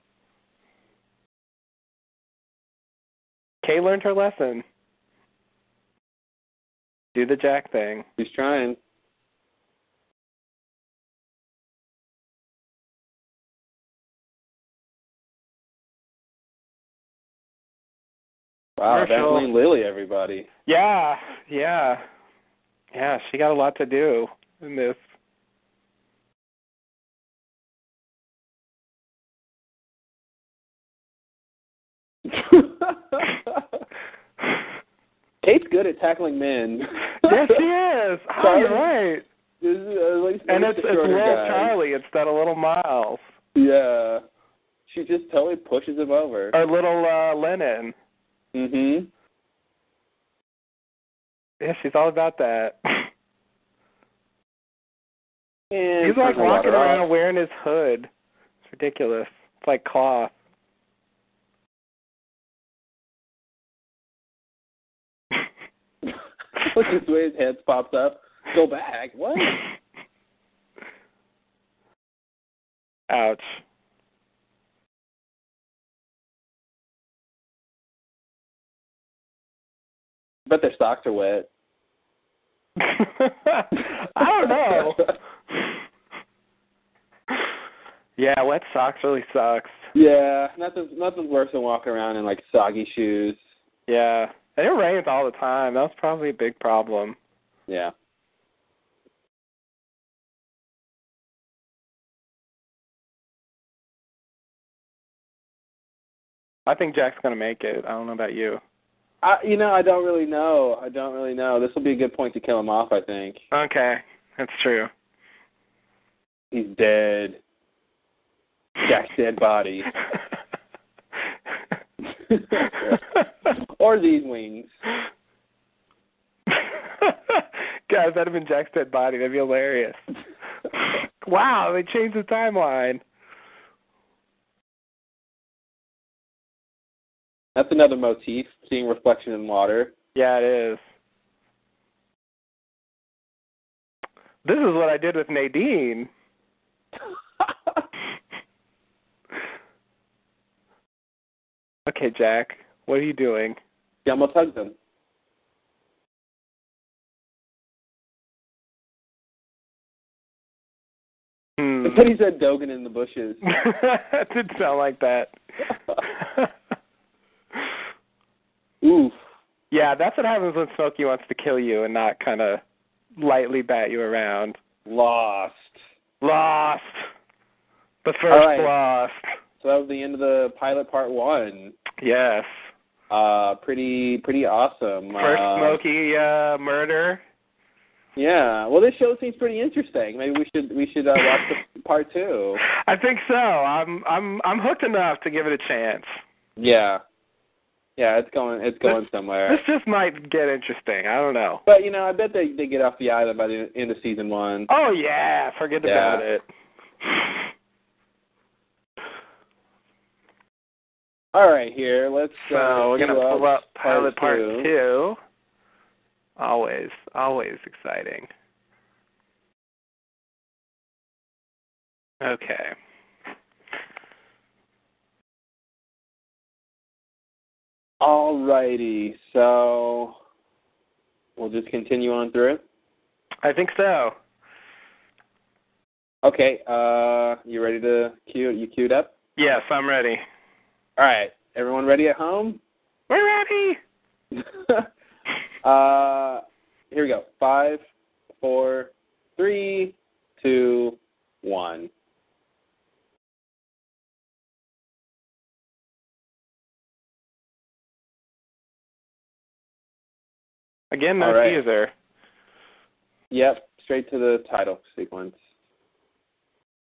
Kay learned her lesson. Do the jack thing. He's trying. Wow, Commercial. Vaseline Lily, everybody. Yeah, yeah. Yeah, she got a lot to do in this. Kate's good at tackling men. yes, she is. Oh, Sorry. you're right. This is, uh, at least- And at least it's it's the shorter little guys. Charlie instead of little Miles Yeah. She just totally pushes him over. or little uh Lennon. hmm Yeah, she's all about that. And He's like turn the water walking around off. wearing his hood. It's ridiculous. It's like cloth. Look at the way his head pops up. Go back. What? Ouch. bet their socks are wet. I don't know. yeah, wet socks really sucks. yeah, nothing nothing's worse than walking around in like soggy shoes. Yeah, and it rains all the time. That's probably a big problem. Yeah. I think Jack's gonna make it. I don't know about you. I you know, I don't really know. I don't really know. This will be a good point to kill him off, I think. Okay, that's true. He's dead. Jack's dead body. or these wings. Guys, that'd have been Jack's dead body. That'd be hilarious. wow, they changed the timeline. That's another motif, seeing reflection in water. Yeah, it is. This is what I did with Nadine. Okay, Jack, what are you doing? She almost hugged him. Hmm. But he said Dogan in the bushes. that did sound like that. Oof. yeah, that's what happens when Smokey wants to kill you and not kind of lightly bat you around. Lost. Lost. The first All right. lost. So that was the end of the pilot part one. Yes. Uh pretty pretty awesome. First uh, Smokey uh, murder. Yeah. Well this show seems pretty interesting. Maybe we should we should uh, watch the part two. I think so. I'm I'm I'm hooked enough to give it a chance. Yeah. Yeah, it's going it's going somewhere. This just might get interesting. I don't know. But you know, I bet they they get off the island by the end of season one. Oh yeah, forget Yeah. about it. All right, here let's. uh, So we're gonna queue pull up pilot part two. two. Always, always exciting. Okay. All righty, so we'll just continue on through it. I think so. Okay, uh, you ready to cue? You queued up? Yes, I'm ready. All right, everyone ready at home? We're ready. uh, here we go. Five, four, three, two, one. Again, no All right. teaser. Yep, straight to the title sequence,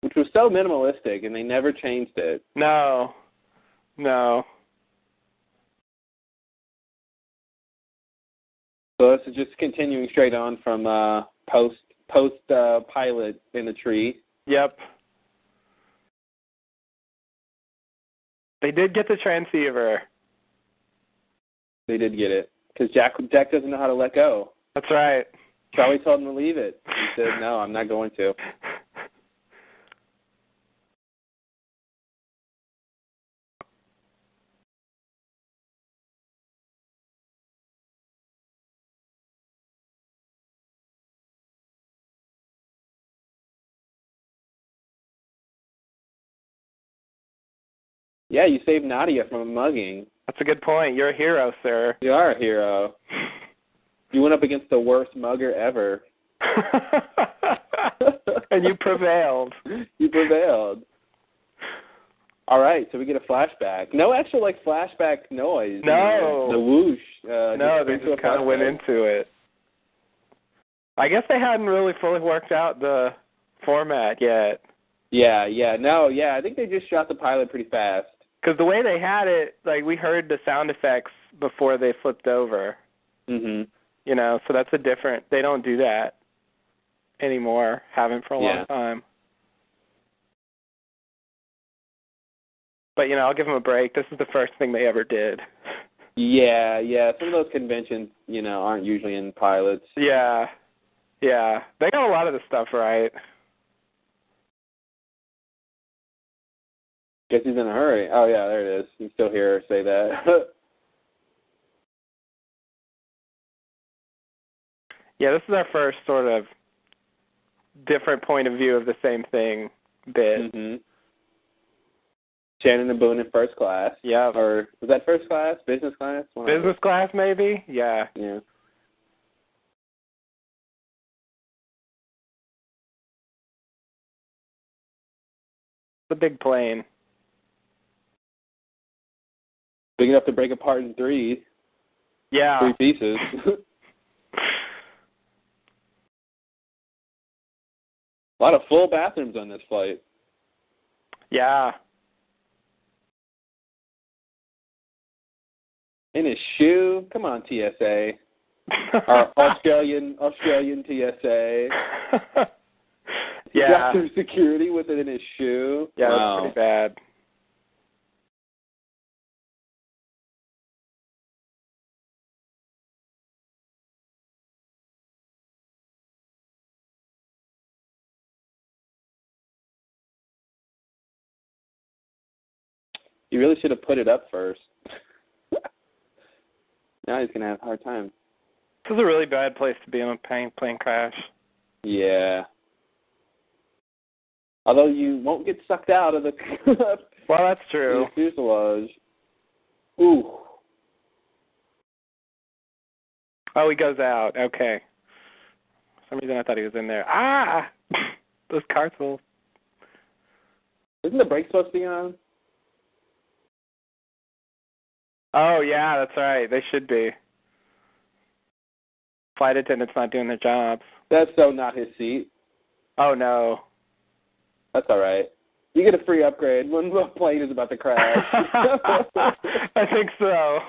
which was so minimalistic, and they never changed it. No. No. So this is just continuing straight on from uh, post post uh, pilot in the tree. Yep. They did get the transceiver. They did get it because Jack Jack doesn't know how to let go. That's right. Charlie told him to leave it. He said, "No, I'm not going to." Yeah, you saved Nadia from a mugging. That's a good point. You're a hero, sir. You are a hero. You went up against the worst mugger ever. and you prevailed. you prevailed. All right, so we get a flashback. No actual like flashback noise. No. the whoosh. Uh, no, just they into a just kind of went flashback. into it. I guess they hadn't really fully worked out the format yet. Yeah, yeah, no, yeah. I think they just shot the pilot pretty fast. Because the way they had it, like, we heard the sound effects before they flipped over. Mhm. you know so that's a different they don't do that anymore haven't for a Yeah. long time but you know i'll give them a break this is the first thing they ever did Yeah, yeah. Some of those conventions, you know, aren't usually in pilots. yeah yeah they got a lot of the stuff right Guess he's in a hurry. Oh yeah, there it is. You can still hear her say that. Yeah, this is our first sort of different point of view of the same thing bit. hmm Shannon and Boone in first class. Yeah. Or was that first class? Business class? One of Business class maybe? Yeah. those. Yeah. The big plane. Big enough to break apart in three, Yeah. three pieces. A lot of full bathrooms on this flight. Yeah. In his shoe. Come on, TSA. Our Australian Australian TSA. He yeah. got through security with it in his shoe. Yeah, Wow. that's pretty bad. You really should have put it up first. now he's gonna have a hard time. This is a really bad place to be in a plane plane crash. Yeah. Although you won't get sucked out of the Well, that's the true. fuselage. Ooh. Oh, he goes out. Okay. For some reason I thought he was in there. Ah, those carts will. Isn't the brake supposed to be on? Oh yeah, that's right. They should be. Flight attendants not doing their jobs. That's so not his seat. Oh no. That's all right. You get a free upgrade when the plane is about to crash. I think so.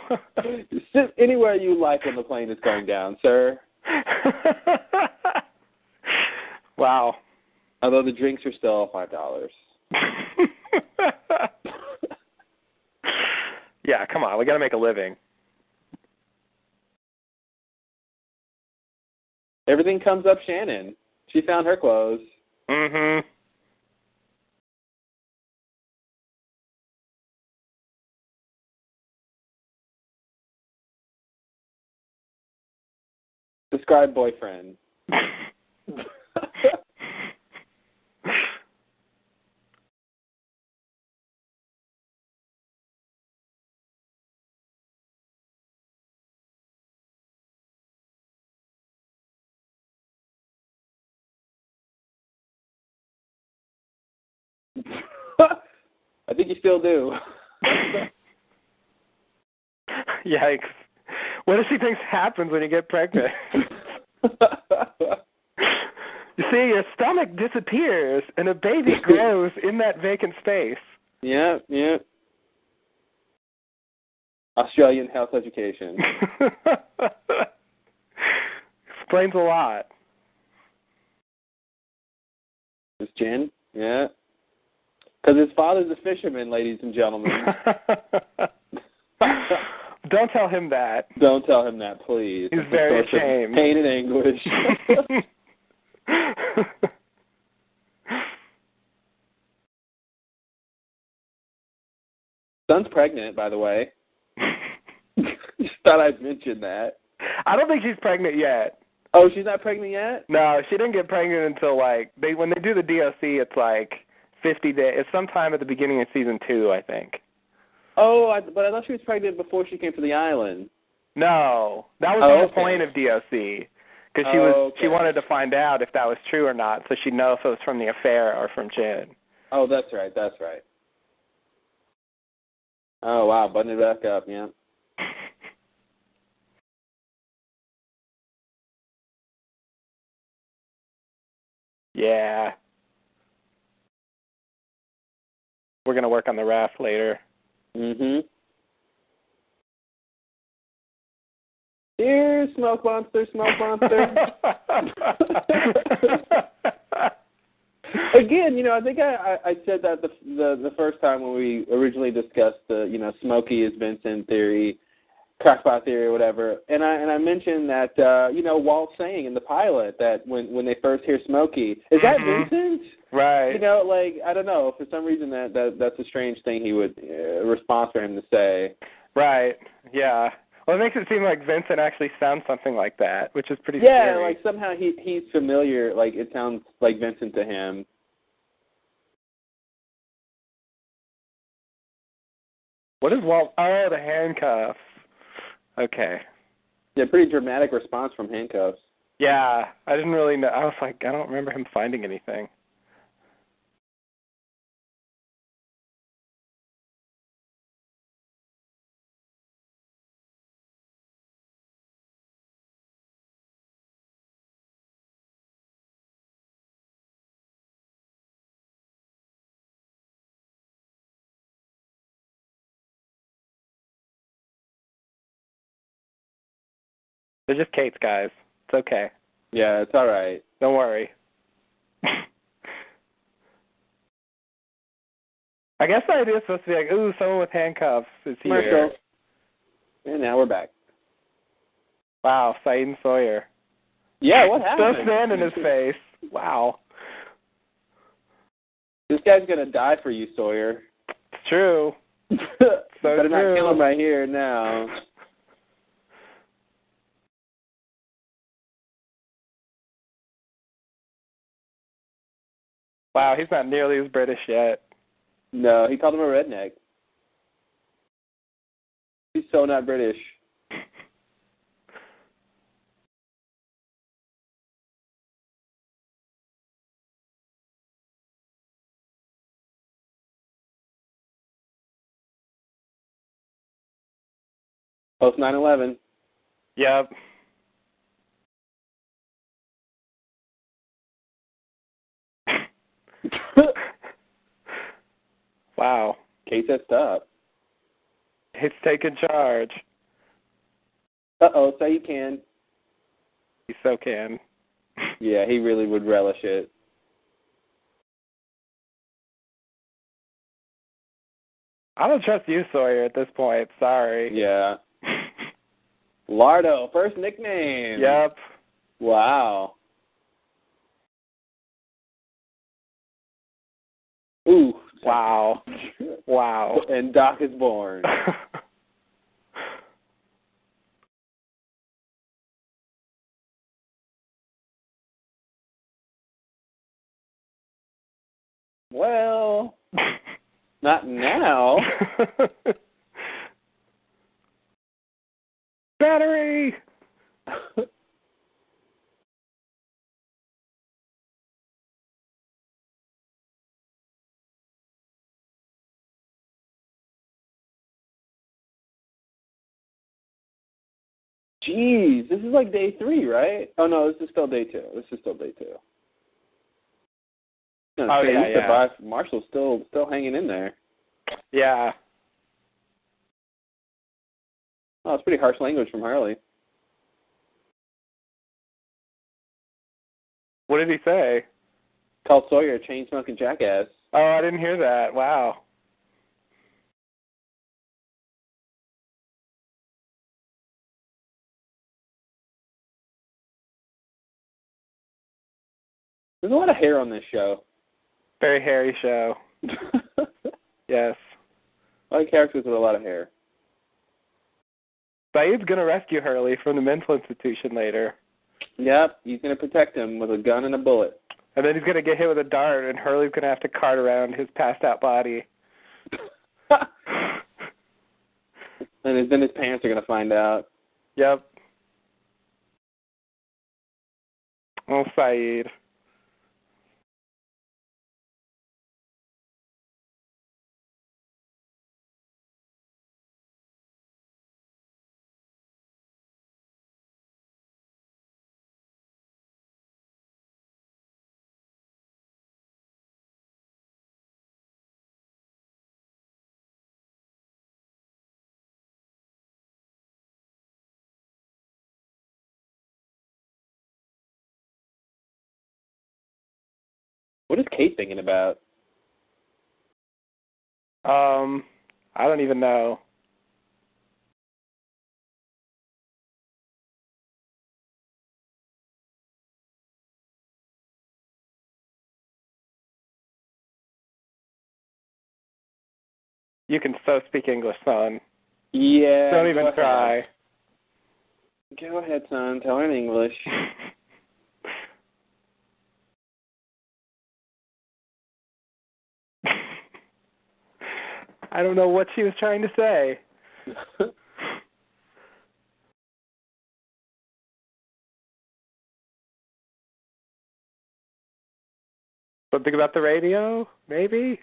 Sit anywhere you like when the plane is going down, sir. wow. Although the drinks are still five dollars. yeah, come on. We got to make a living. Everything comes up Shannon. She found her clothes. Mhm. Describe boyfriend. I think you still do. Yikes. What does she think happens when you get pregnant? you see, your stomach disappears and a baby grows in that vacant space. yeah, yeah. Australian health education. Explains a lot. His gin. Yeah. Because his father's a fisherman, ladies and gentlemen. Don't tell him that. Don't tell him that, please. He's It's a very source of ashamed. Pain and anguish. Son's pregnant, by the way. Just thought I'd mention that. I don't think she's pregnant yet. Oh, she's not pregnant yet? No, she didn't get pregnant until like they when they do the DOC, it's like fifty days. It's sometime at the beginning of season two, I think. Oh, I, but I thought she was pregnant before she came to the island. No, that was Oh, the whole okay. point of DOC because she was Oh, okay. she wanted to find out if that was true or not, so she'd know if it was from the affair or from Jin. Oh, that's right. That's right. Oh, wow. Button it back up, yeah. Yeah, we're gonna work on the raft later. Mm-hmm. Here, smoke monster, smoke monster. Again, you know, I think I, I, I said that the, the the first time when we originally discussed the you know Smokey is Benson theory, crackpot theory, or whatever, and I and I mentioned that uh, you know Walt saying in the pilot that when when they first hear Smokey, is that Mhm. Vincent? right. You know, like I don't know for some reason that that that's a strange thing he would uh, response for him to say. Right. Yeah. Well, it makes it seem like Vincent actually sounds something like that, which is pretty yeah, scary. like somehow he he's familiar. Like it sounds like Vincent to him. what is Walt? Oh, the handcuff. Okay. Yeah, pretty dramatic response from handcuffs. Yeah, I didn't really know. I was like, I don't remember him finding anything. They're just Kate's guys. It's okay. Yeah, it's all right. Don't worry. I guess the idea is supposed to be like, ooh, someone with handcuffs is here. Marco. And now we're back. Wow, Saeed Sawyer. Yeah, what happened? The sand in his face. Wow. This guy's gonna die for you, Sawyer. It's true. Better true. not kill him right here now. Wow, he's not nearly as British yet. No, he called him a redneck. He's so not British. Post nine eleven. Yep. Wow. Case that's up. He's taking charge. Uh oh, so you can. He so can. Yeah, he really would relish it. I don't trust you, Sawyer, at this point. Sorry. Yeah. Lardo, first nickname. Yep. Wow. Ooh. Wow. Wow. And Doc is born. Well, not now. Battery. Jeez, this is like day three, right? Oh no, this is still day two. This is still day two. I was gonna Oh, say, yeah, we yeah. survived. Marshall's still still hanging in there. Yeah. Oh, it's pretty harsh language from Harley. What did he say? Called Sawyer a chain smoking jackass. Oh, I didn't hear that. Wow. There's a lot of hair on this show. Very hairy show. a Yes. lot of characters with a lot of hair. Saeed's gonna rescue Hurley from the mental institution later. Yep, he's gonna protect him with a gun and a bullet. And then he's gonna get hit with a dart and Hurley's gonna have to cart around his passed out body. and his- then his parents are gonna find out. Yep. Oh Saeed. What is Kate thinking about? Um I don't even know. You can so speak English, son. Yeah. Don't even go ahead. try. Go ahead, son. Tell her in English. I don't know what she was trying to say. Something about the radio, maybe?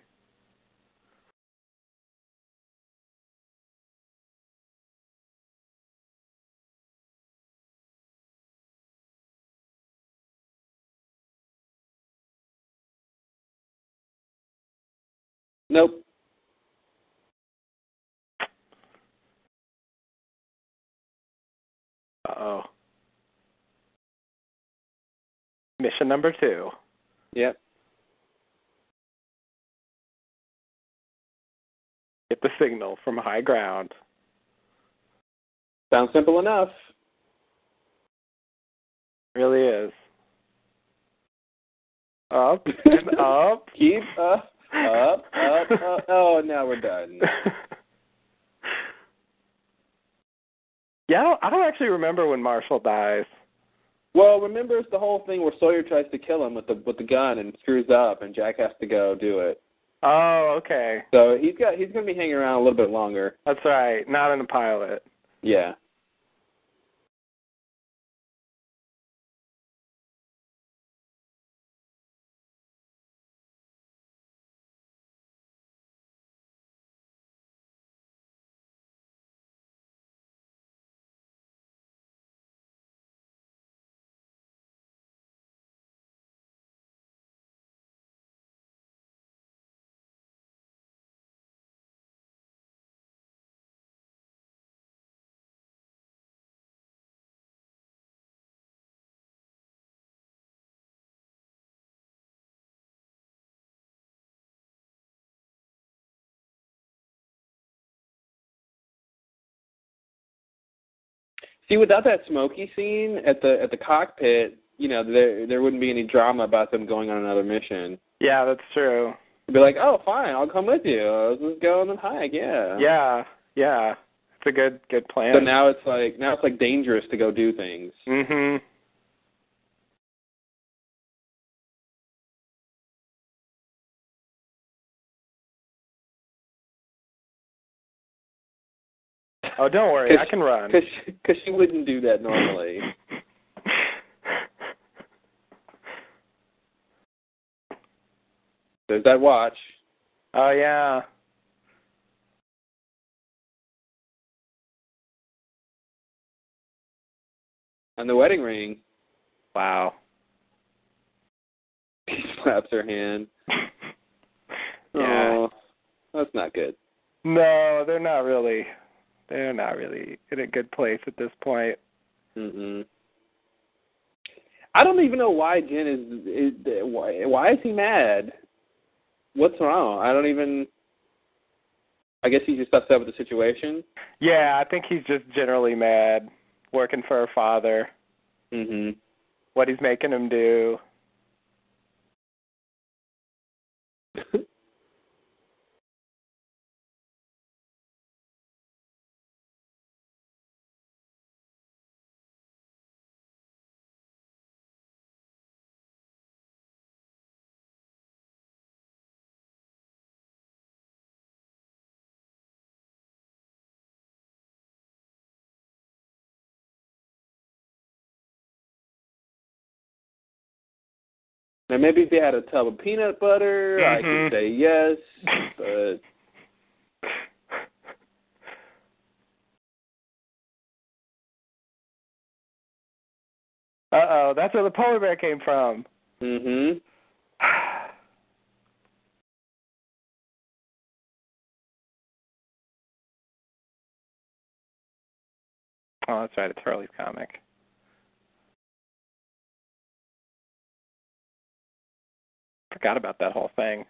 nope. Uh oh. Mission number two. Yep. Get the signal from high ground. Sounds simple enough. Really is. Up and up. Keep up, up, up, up. Oh, now we're done. yeah, I don't, I don't actually remember when Marshall dies. Well, remember it's the whole thing where Sawyer tries to kill him with the with the gun and screws up, and Jack has to go do it. Oh, okay. So he's got he's going to be hanging around a little bit longer. That's right. Not in the pilot. Yeah. See, without that Smokey scene at the at the cockpit, you know, there there wouldn't be any drama about them going on another mission. Yeah, that's true. It'd be like, oh, fine, I'll come with you. Let's just go on the hike. Yeah. Yeah, yeah. It's a good good plan. So now it's like now it's like dangerous to go do things. mhm. Oh, don't worry. I can run. Because because she wouldn't do that normally. There's that watch. Oh yeah. And the wedding ring. Wow. She slaps her hand. Yeah. Oh, that's not good. No, they're not really. They're not really in a good place at this point. Mm-mm. I don't even know why Jen is, is why why is he mad? What's wrong? I don't even. I guess he's just upset with the situation. Yeah, I think he's just generally mad, working for her father, hmm what he's making him do. Now maybe if they had a tub of peanut butter, I Mhm. could say yes. But Uh oh, that's where the polar bear came from. hmm Oh, that's right. It's Hurley's comic. Forgot about that whole thing.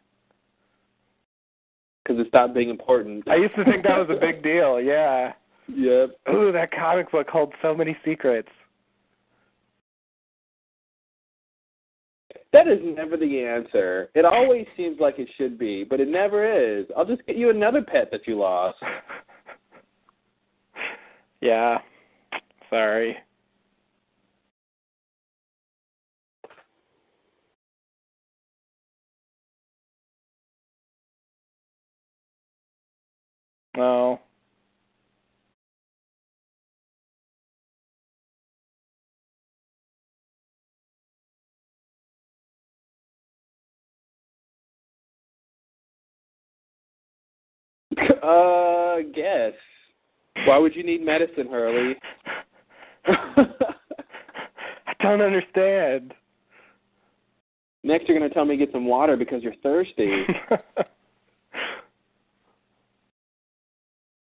because it stopped being important. I used to think that was a big deal. Yeah. yep. Ooh, that comic book holds so many secrets. That is never the answer. It always seems like it should be, but it never is. I'll just get you another pet that you lost. Yeah. Sorry. No. Uh, guess. Why would you need medicine, Hurley? I don't understand. Next, you're going to tell me to get some water because you're thirsty.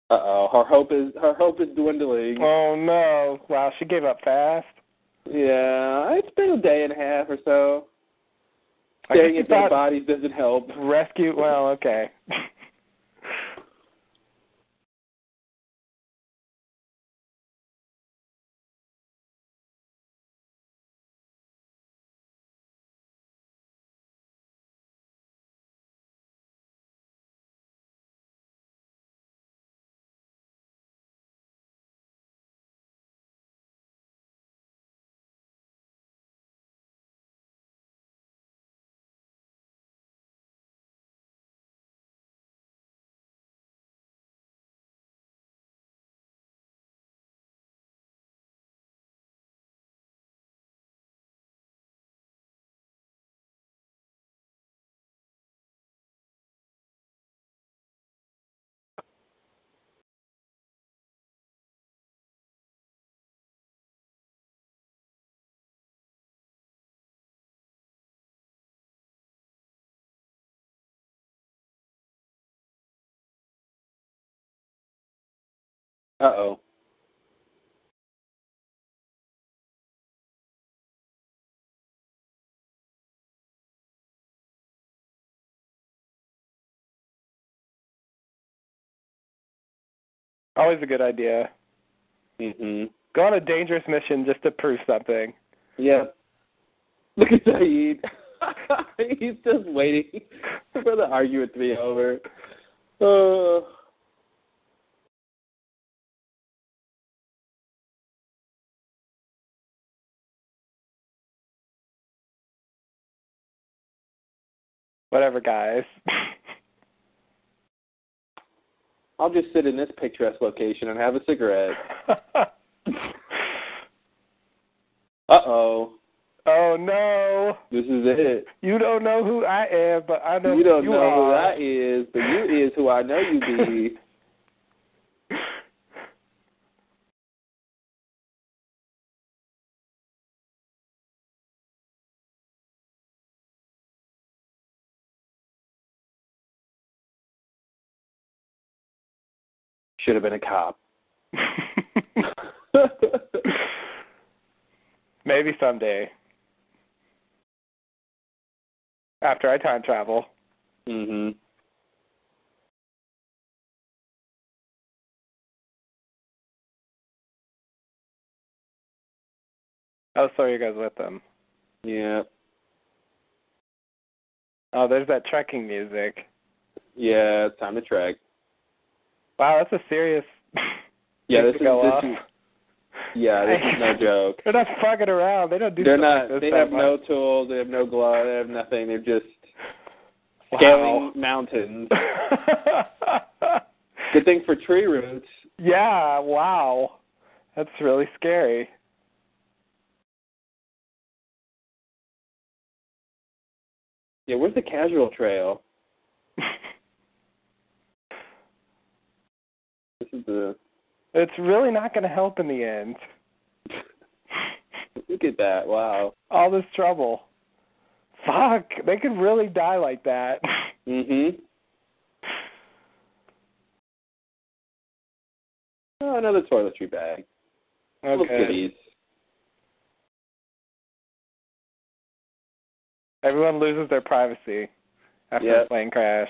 Uh oh, her hope is her hope is dwindling. oh no. Wow, she gave up fast. Yeah, it's been a day and a half or so. I guess Staring you at dead thought- bodies doesn't help. Rescue well, okay. Uh oh. Always a good idea. Mhm. Go on a dangerous mission just to prove something. Yep. Look at Saeed. He's just waiting for the argument to be over. Uh, Whatever, guys. I'll just sit in this picturesque location and have a cigarette. Uh oh. oh no. This is it. You don't know who I am, but I know You don't who you know who are. that is, but you is who I know you be. Should have been a cop. Maybe someday. After I time travel. mhm. Oh, so you guys with them. Yeah. Oh, there's that trekking music. Yeah, it's time to track. Wow, that's a serious. Yeah, thing this to is, go this off. is yeah, this is no joke. They're not fucking around. They don't do. They're stuff not. Like this They that have no much. tools. They have no gloves. They have nothing. They're just Wow. scaling mountains. Good thing for tree roots. yeah. Wow. That's really scary. Yeah, where's the casual trail? This is the It's really not going to help in the end. look at that. Wow. All this trouble. Fuck. They could really die like that. Mhm. Oh, another toiletry bag. Full of okay. goodies. Everyone loses their privacy after Yeah. a plane crash.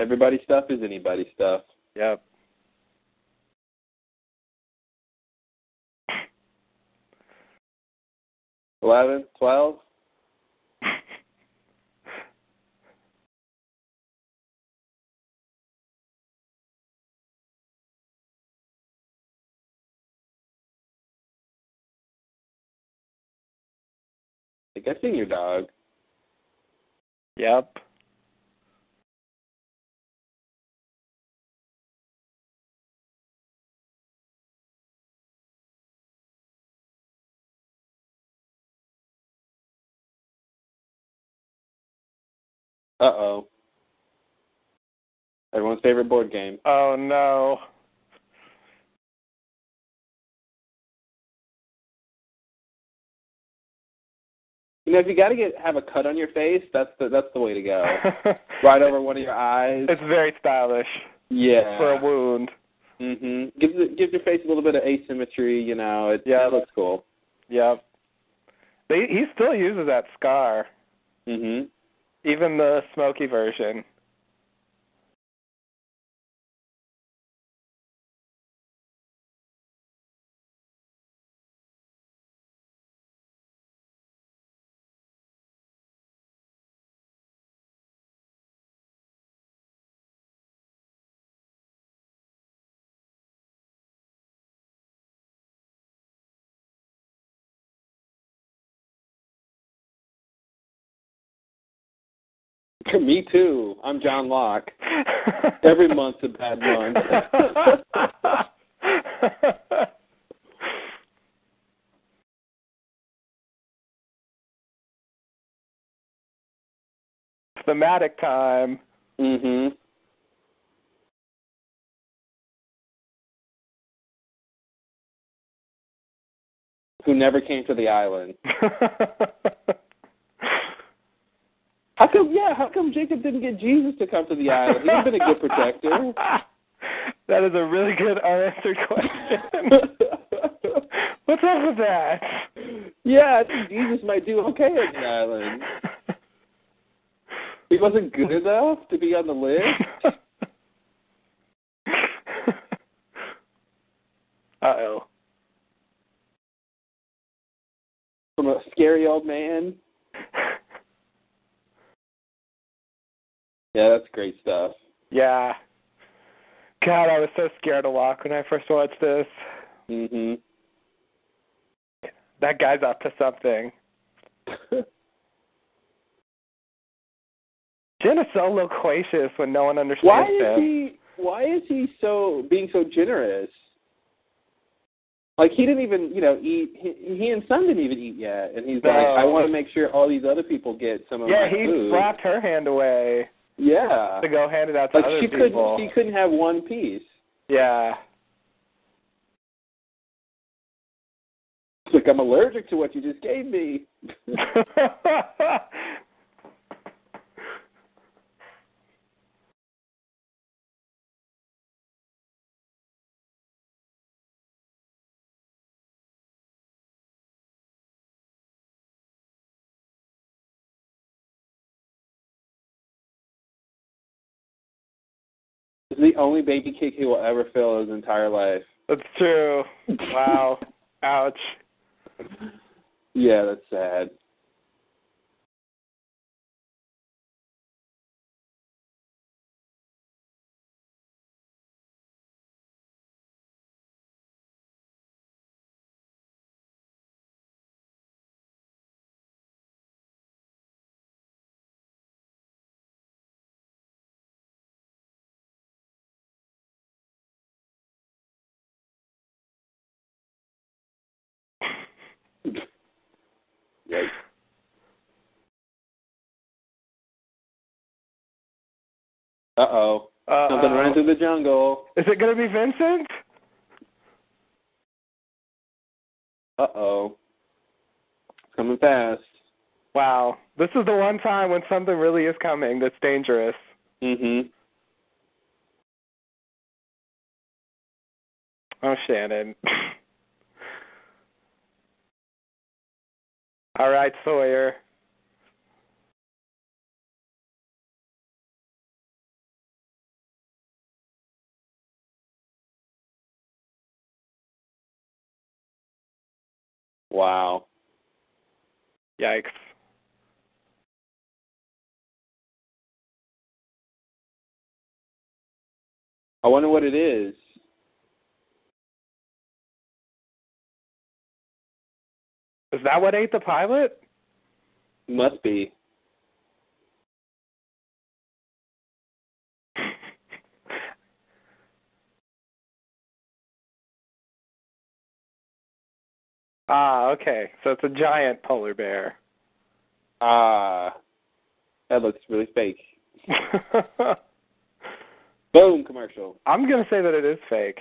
Everybody's stuff is anybody's stuff. Yep. Eleven, twelve. I think I've seen your dog. Yep. Uh oh. Everyone's favorite board game. Oh no. You know, if you got to get have a cut on your face, that's the that's the way to go. right over one of your eyes. It's very stylish yeah. for a wound. Mhm. Gives it gives your face a little bit of asymmetry. You know, it Yeah. it looks cool. Yep. They, he still uses that scar, Mhm. even the smoky version. Me too. I'm John Locke. Every month's a bad month. Thematic time. mhm. Who never came to the island? How come? Yeah, how come Jacob didn't get Jesus to come to the island? He'd have been a good protector. That is a really good unanswered question. What's up with that? yeah, I think Jesus might do okay on the island. He wasn't good enough to be on the list. uh oh. from a scary old man. Yeah, that's great stuff. Yeah. God, I was so scared to walk when I first watched this. Mhm. That guy's up to something. Jin is so loquacious when no one understands why him. is he why is he so being so generous? Like he didn't even, you know, eat he, he and son didn't even eat yet and he's No. like I want to make sure all these other people get some of yeah, my he food. slapped her hand away yeah. to go hand it out to Like other she people. couldn't she couldn't have one piece. Yeah. It's like I'm allergic to what you just gave me. It's the only baby kick he will ever feel his entire life. That's true. Wow. Ouch. Yeah, that's sad. Yikes. Uh oh. Uh, Something ran through the jungle. Is it going to be Vincent? Uh oh. It's coming fast. Wow. This is the one time when something really is coming that's dangerous. Mm Oh, Shannon. All right, Sawyer. hmm. Wow. Yikes. I wonder what it is. Is that what ate the pilot? Must be. Ah, okay. So it's a giant polar bear. Ah. That looks really fake. Boom commercial. I'm gonna say that it is fake.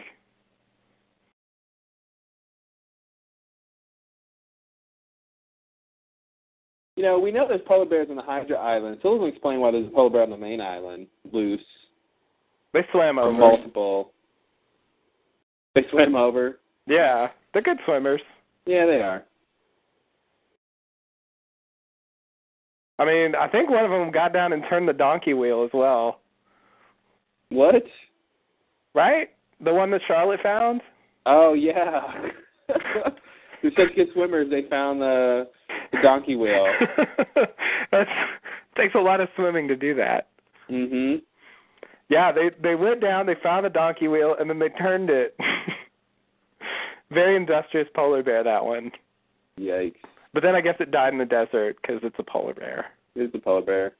You know, we know there's polar bears on the Hydra Island. Still doesn't explain why there's a polar bear on the main island, loose They swam or over. multiple. They swim over. Yeah, they're good swimmers. Yeah, they are. I mean, I think one of them got down and turned the donkey wheel as well, What? right? The one that Charlotte found. Oh yeah. They're such good swimmers. They found the, the donkey wheel. That's takes a lot of swimming to do that. Mhm. Yeah, they they went down, they found the donkey wheel, and then they turned it. Very industrious polar bear that one. Yikes. But then I guess it died in the desert because it's a polar bear. There's the polar bear.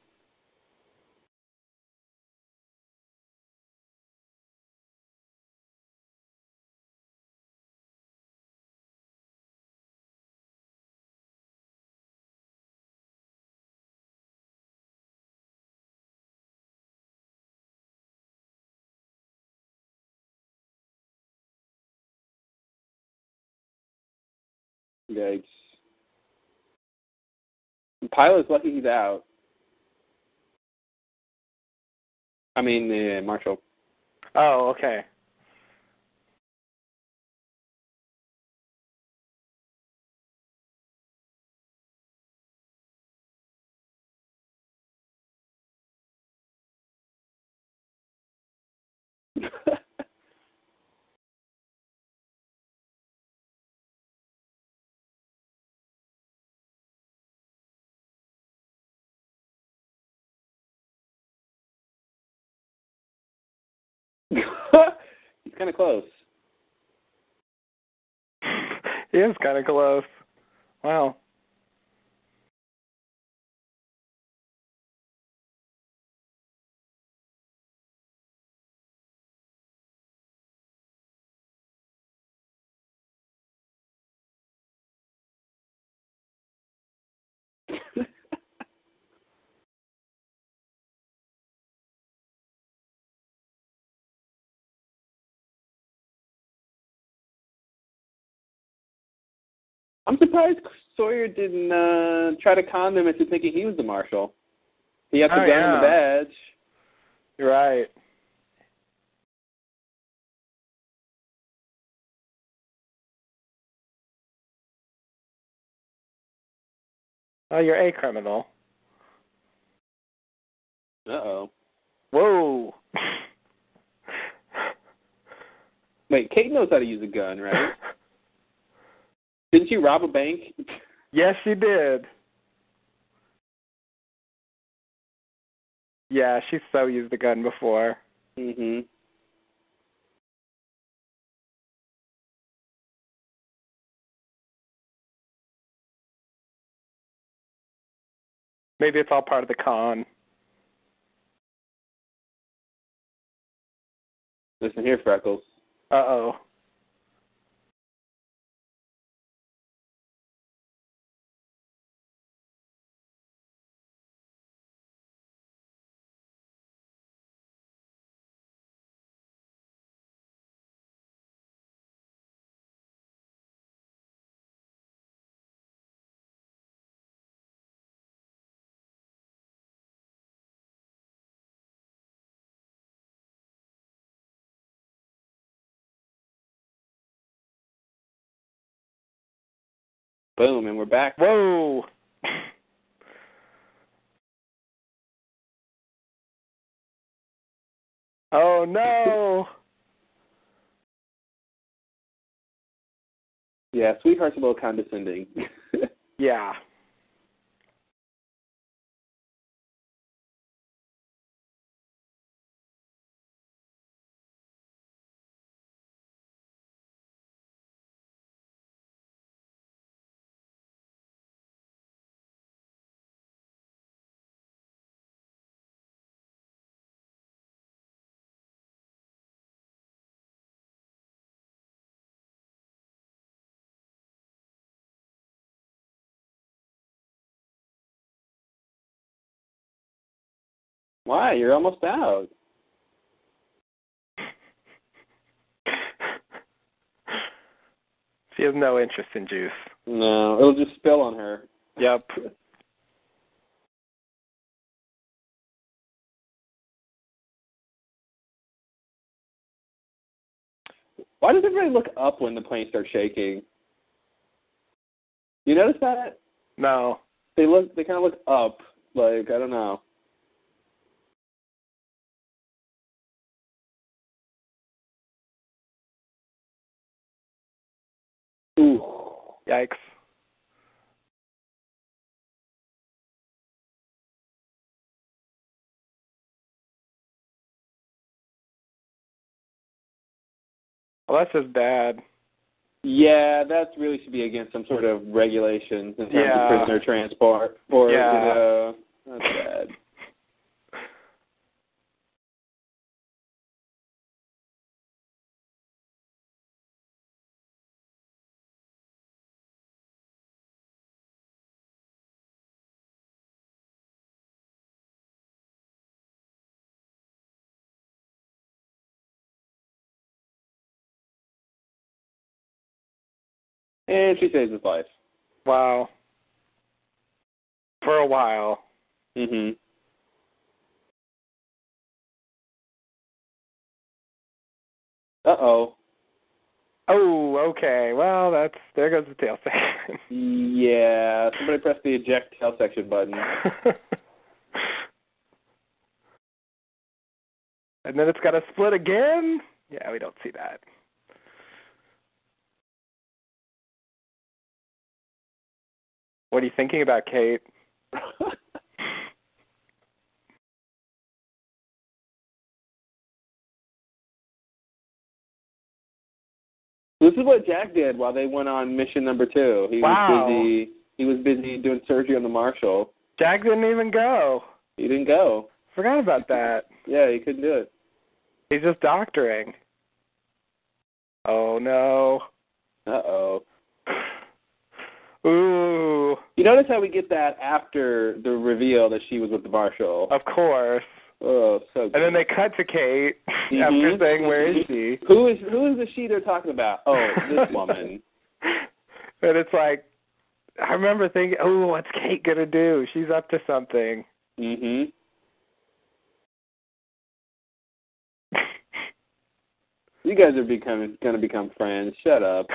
Yikes. The pilot's lucky he's out. I mean, uh, Marshall. Oh, okay. he's kind of close. He is kind of close. Wow. I'm surprised Sawyer didn't uh, try to con them into thinking he was the marshal. He had the Oh, gun and the yeah. badge. You're right. Oh, you're a criminal. Uh oh. Whoa. Wait, Kate knows how to use a gun, right? Didn't you rob a bank? yes, she did. Yeah, she's so used the gun before. hmm Maybe it's all part of the con. Listen here, Freckles. Uh oh. Boom, and we're back. Whoa. Oh no. Yeah, sweetheart's a little condescending. Yeah. Why? You're almost out. She has no interest in juice. No, it'll just spill on her. Yep. Why does everybody look up when the plane starts shaking? You notice that? No. They look. They kind of look up. Like I don't know. Ooh. Yikes. Well, that's just bad. Yeah, that really should be against some sort of regulations in terms Yeah. of prisoner transport. Or Yeah. uh, that's bad. And she saves his life. Wow. For a while. Mhm. Uh oh. Oh, okay. Well, that's there goes the tail section. Yeah. Somebody press the eject tail section button. and then it's got to split again. Yeah, we don't see that. What are you thinking about, Kate? this is what Jack did while they went on mission number two. He Wow. was busy. He was busy doing surgery on the marshal. Jack didn't even go. He didn't go. Forgot about that. Yeah, he couldn't do it. He's just doctoring. Oh no. Uh oh. Ooh. You notice how we get that after the reveal that she was with the marshal. Of course. Oh, so. And then they cut to Kate after Mhm. saying, "Where is she?" Who is who is the she they're talking about? Oh, this woman. and it's like I remember thinking, "Oh, what's Kate gonna do? She's up to something." mhm. You guys are becoming gonna become friends. Shut up.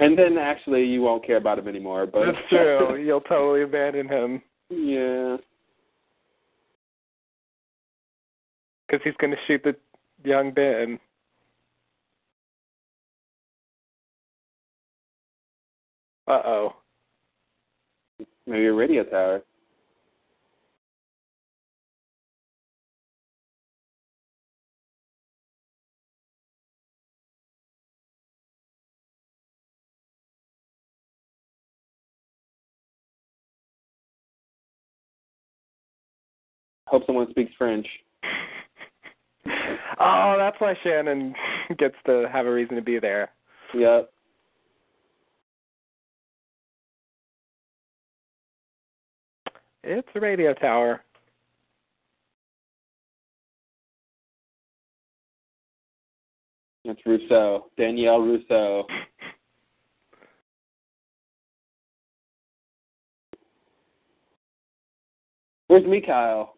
And then actually, you won't care about him anymore. But That's true. You'll totally abandon him yeah. because he's gonna shoot the young Ben. Uh oh. Maybe a radio tower. Hope someone speaks French. Oh, that's why Shannon gets to have a reason to be there. Yep. It's a radio tower. That's Rousseau. Danielle Rousseau. Where's Mikhail?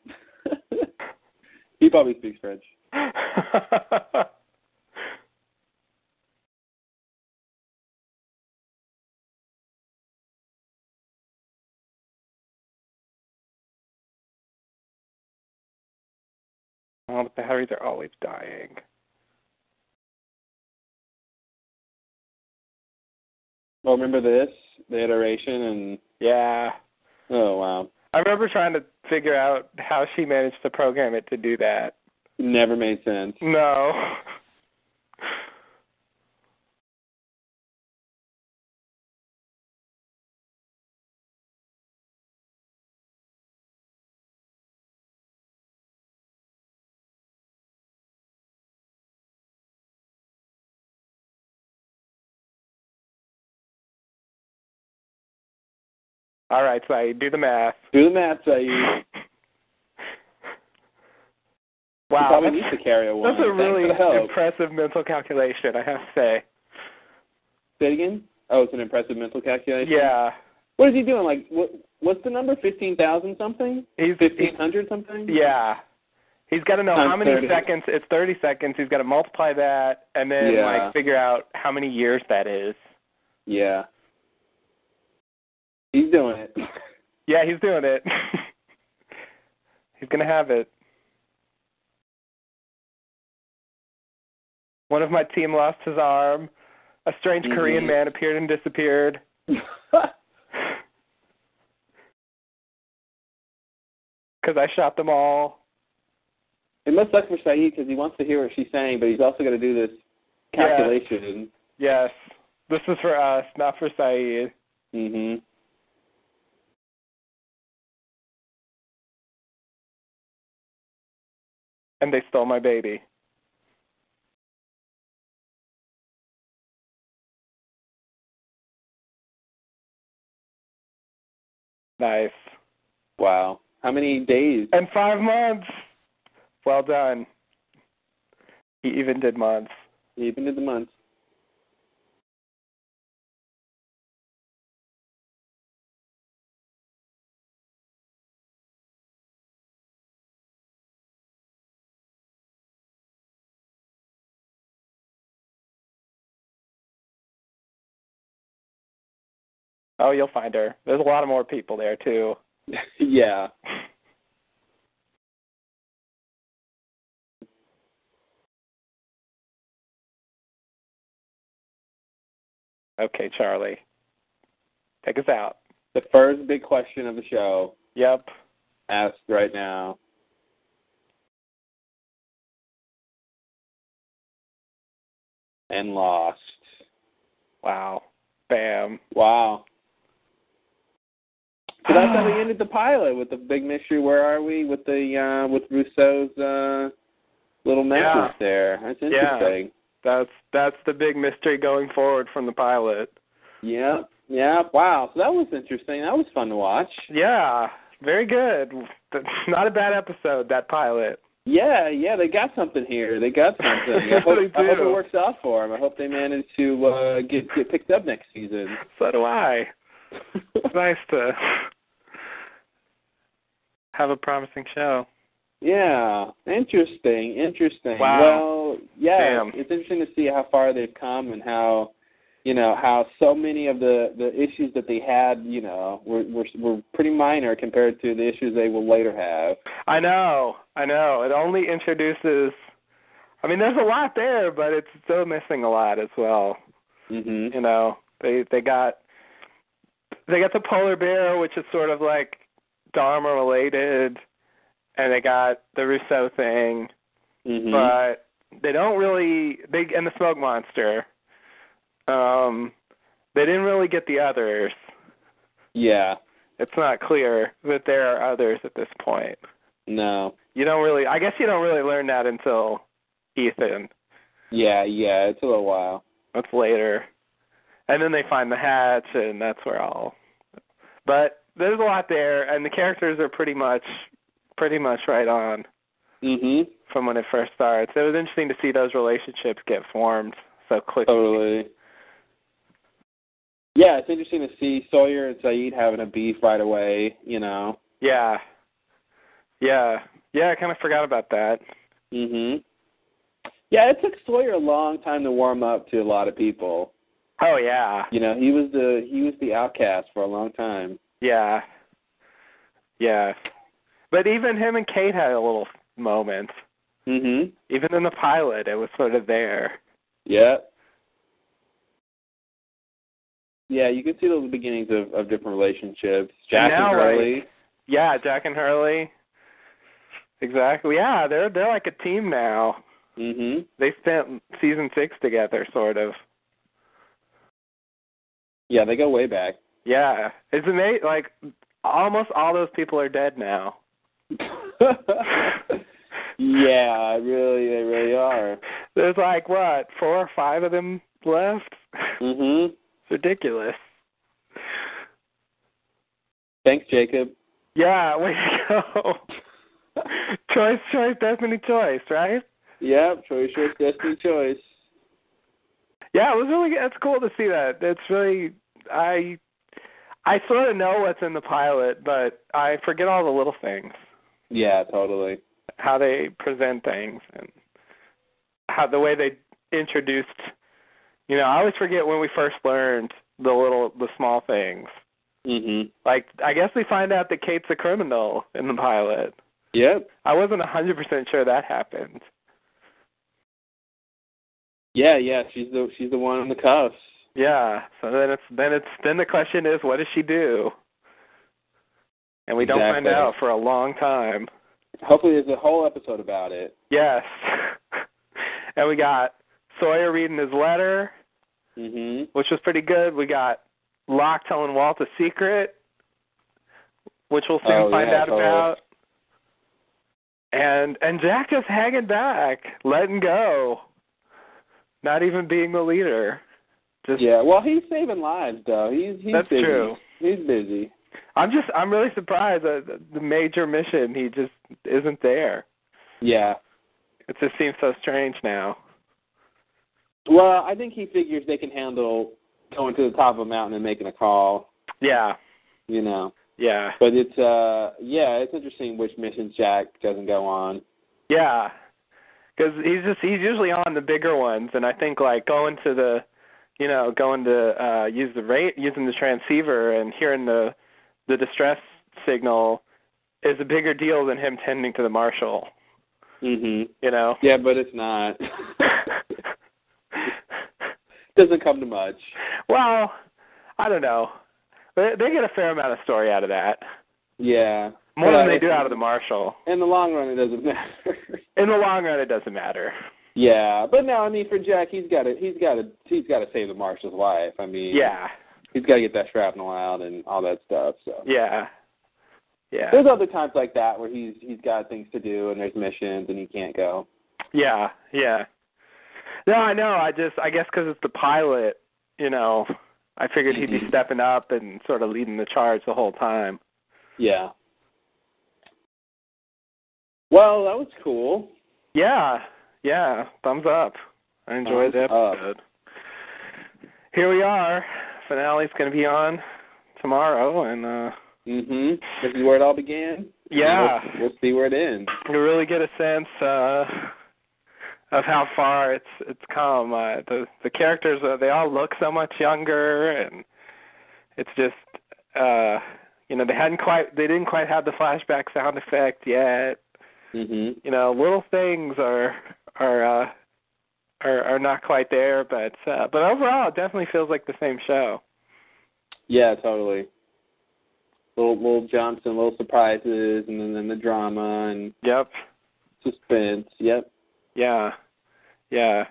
he probably speaks French. Oh, the batteries are always dying. Oh, remember this? The iteration and Yeah. oh wow. I remember trying to figure out how she managed to program it to do that. Never made sense. No. All right, so do the math. Do the math, Saeed. He Wow, probably that's, needs to carry a one. that's a Thanks for really the help. impressive mental calculation, I have to say. Say it again. Oh, it's an impressive mental calculation. Yeah, What is he doing? Like, what? What's the number? Fifteen thousand something? he's Fifteen hundred something? he- yeah. He's got to know Times how many 30. seconds. It's 30 seconds. He's got to multiply that and then Yeah. like figure out how many years that is. Yeah. He's doing it. Yeah, he's doing it. he's gonna have it. One of my team lost his arm. A strange Mhm. Korean man appeared and disappeared. Because I shot them all. it must suck for Saeed because he wants to hear what she's saying, but he's also got to do this Yeah. calculation. Yes, this is for us, not for Saeed. hmm And they stole my baby. Nice. Wow. How many days? And five months. Well done. He even did months. He even did the months. Oh, you'll find her. There's a lot of more people there too. yeah. Okay, Charlie. Take us out. The first big question of the show Yep. asked right now. And lost. Wow. Bam. Wow. So that's Ah. how we ended the pilot with the big mystery. Where are we with the uh, with Rousseau's uh, little message Yeah. there? That's Yeah. interesting. That's that's the big mystery going forward from the pilot. Yep. Yep. Wow. So that was interesting. That was fun to watch. Yeah, very good. That's not a bad episode. That pilot. Yeah. Yeah. They got something here. They got something. I, hope, They I hope do. it works out for them. I hope they manage to uh, get get picked up next season. So do I. It's nice to have a promising show. Yeah, interesting, interesting. Wow. Well, yeah, Damn. it's interesting to see how far they've come and how, you know, how so many of the the issues that they had, you know, were were, were pretty minor compared to the issues they will later have. I know. I know. It only introduces. I mean, there's a lot there, but it's still missing a lot as well. Mhm. you know they they got they got the polar bear which is sort of like dharma related and they got the rousseau thing Mhm. but they don't really they and the smoke monster um they didn't really get the others yeah. it's not clear that there are others at this point No. you don't really i guess you don't really learn that until ethan Yeah. Yeah. It's a little while. That's later. And then they find the hatch, and that's where all. But there's a lot there, and the characters are pretty much, pretty much right on Mhm. from when it first starts. It was interesting to see those relationships get formed so quickly. Totally. Yeah, it's interesting to see Sawyer and Saeed having a beef right away. You know. Yeah. Yeah. Yeah. I kind of forgot about that. Mhm. Yeah, it took Sawyer a long time to warm up to a lot of people. Oh yeah. You know, he was the he was the outcast for a long time. Yeah. Yeah. But even him and Kate had a little moment. Mm-hmm. Mhm. Even in the pilot, it was sort of there. Yeah. Yeah, you can see those beginnings of, of different relationships. Jack now, and Hurley. Yeah, Jack and Hurley. Exactly. Yeah, they're they're like a team now. Mhm. They spent season six together, sort of. Yeah, they go way back. Yeah, it's amazing. Like almost all those people are dead now. yeah, really, they really are. There's like what four or five of them left. It's Mhm. ridiculous. Thanks, Jacob. Yeah, way to go. choice, choice, destiny, choice, right? Yeah, choice, choice, destiny, choice. Yeah, it was really. It's cool to see that. It's really. I. I sort of know what's in the pilot, but I forget all the little things, Yeah, totally. how they present things, and how the way they introduced. You know, I always forget when we first learned the little, the small things. Mhm. Like, I guess we find out that Kate's a criminal in the pilot. Yep. I wasn't a hundred percent sure that happened. Yeah, yeah. She's the she's the one on the cuffs. Yeah. So then it's then it's then the question is what does she do? And we don't find Exactly. out for a long time. Hopefully, there's a whole episode about it. Yes. and we got Sawyer reading his letter, Mhm. which was pretty good. We got Locke telling Walt a secret, which we'll soon Oh, find yeah, out totally. about. And and Jack just hanging back, letting go, not even being the leader. Just Yeah. Well, he's saving lives, though. He's he's that's busy. true. He's busy. I'm just I'm really surprised that the- the major mission he just isn't there. Yeah. It just seems so strange now. Well, I think he figures they can handle going to the top of a mountain and making a call. Yeah, You know. yeah, But it's uh yeah, it's interesting which missions Jack doesn't go on. yeah. Because he's just he's usually on the bigger ones, and I think like going to the, you know, going to uh use the rate using the transceiver and hearing the the distress signal is a bigger deal than him tending to the marshal. Mhm. You know. Yeah, but it's not. doesn't come to much. well, I don't know. They, they get a fair amount of story out of that. Yeah. More But than they it's- do out of the Marshall. In the long run, it doesn't matter. In the long run, it doesn't matter. yeah, but no, I mean for Jack, he's got to he's got to he's got to save the marshal's life. I mean, Yeah, he's got to get that shrapnel out and all that stuff. So yeah, yeah, there's other times like that where he's he's got things to do and there's missions and he can't go. yeah, yeah. No, I know. I just, I guess, because it's the pilot, you know, I figured he'd be Mhm. stepping up and sort of leading the charge the whole time. Yeah. Well, that was cool. Yeah, yeah. Thumbs up. I enjoyed the Thumbs up. episode. Here we are. Finale's going to be on tomorrow, and uh Mhm. This is where it all began. yeah. And We'll, we'll see where it ends. you really get a sense uh of how far it's it's come uh, the the characters uh, they all look so much younger and it's just uh you know they hadn't quite they didn't quite have the flashback sound effect yet Mhm. you know little things are are uh are are not quite there but uh but overall it definitely feels like the same show Yeah, totally. Little little jumps and little surprises, and then, then the drama and yep suspense. Yep. Yeah. Yeah.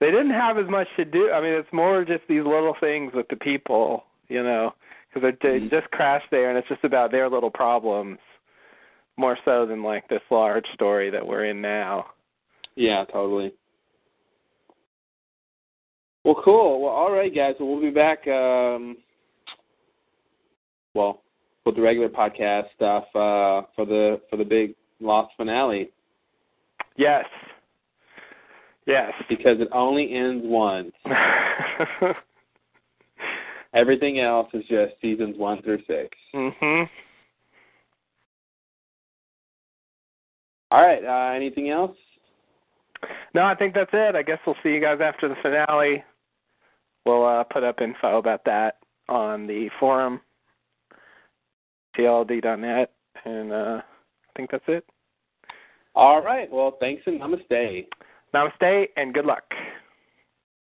They didn't have as much to do. I mean, it's more just these little things with the people, you know, because they Mhm. just crashed there and it's just about their little problems more so than like this large story that we're in now. Yeah, totally. Well, cool. Well, all right, guys. Well, we'll be back. Um, well, with the regular podcast stuff uh, for the for the big Lost finale Yes. Yes. because it only ends once. Everything else is just seasons one through six. mhm. All right. Uh, anything else? No, I think that's it. I guess we'll see you guys after the finale. We'll uh, put up info about that on the forum, tld.net, and uh, I think that's it. All right. Well, thanks and namaste. Namaste and good luck.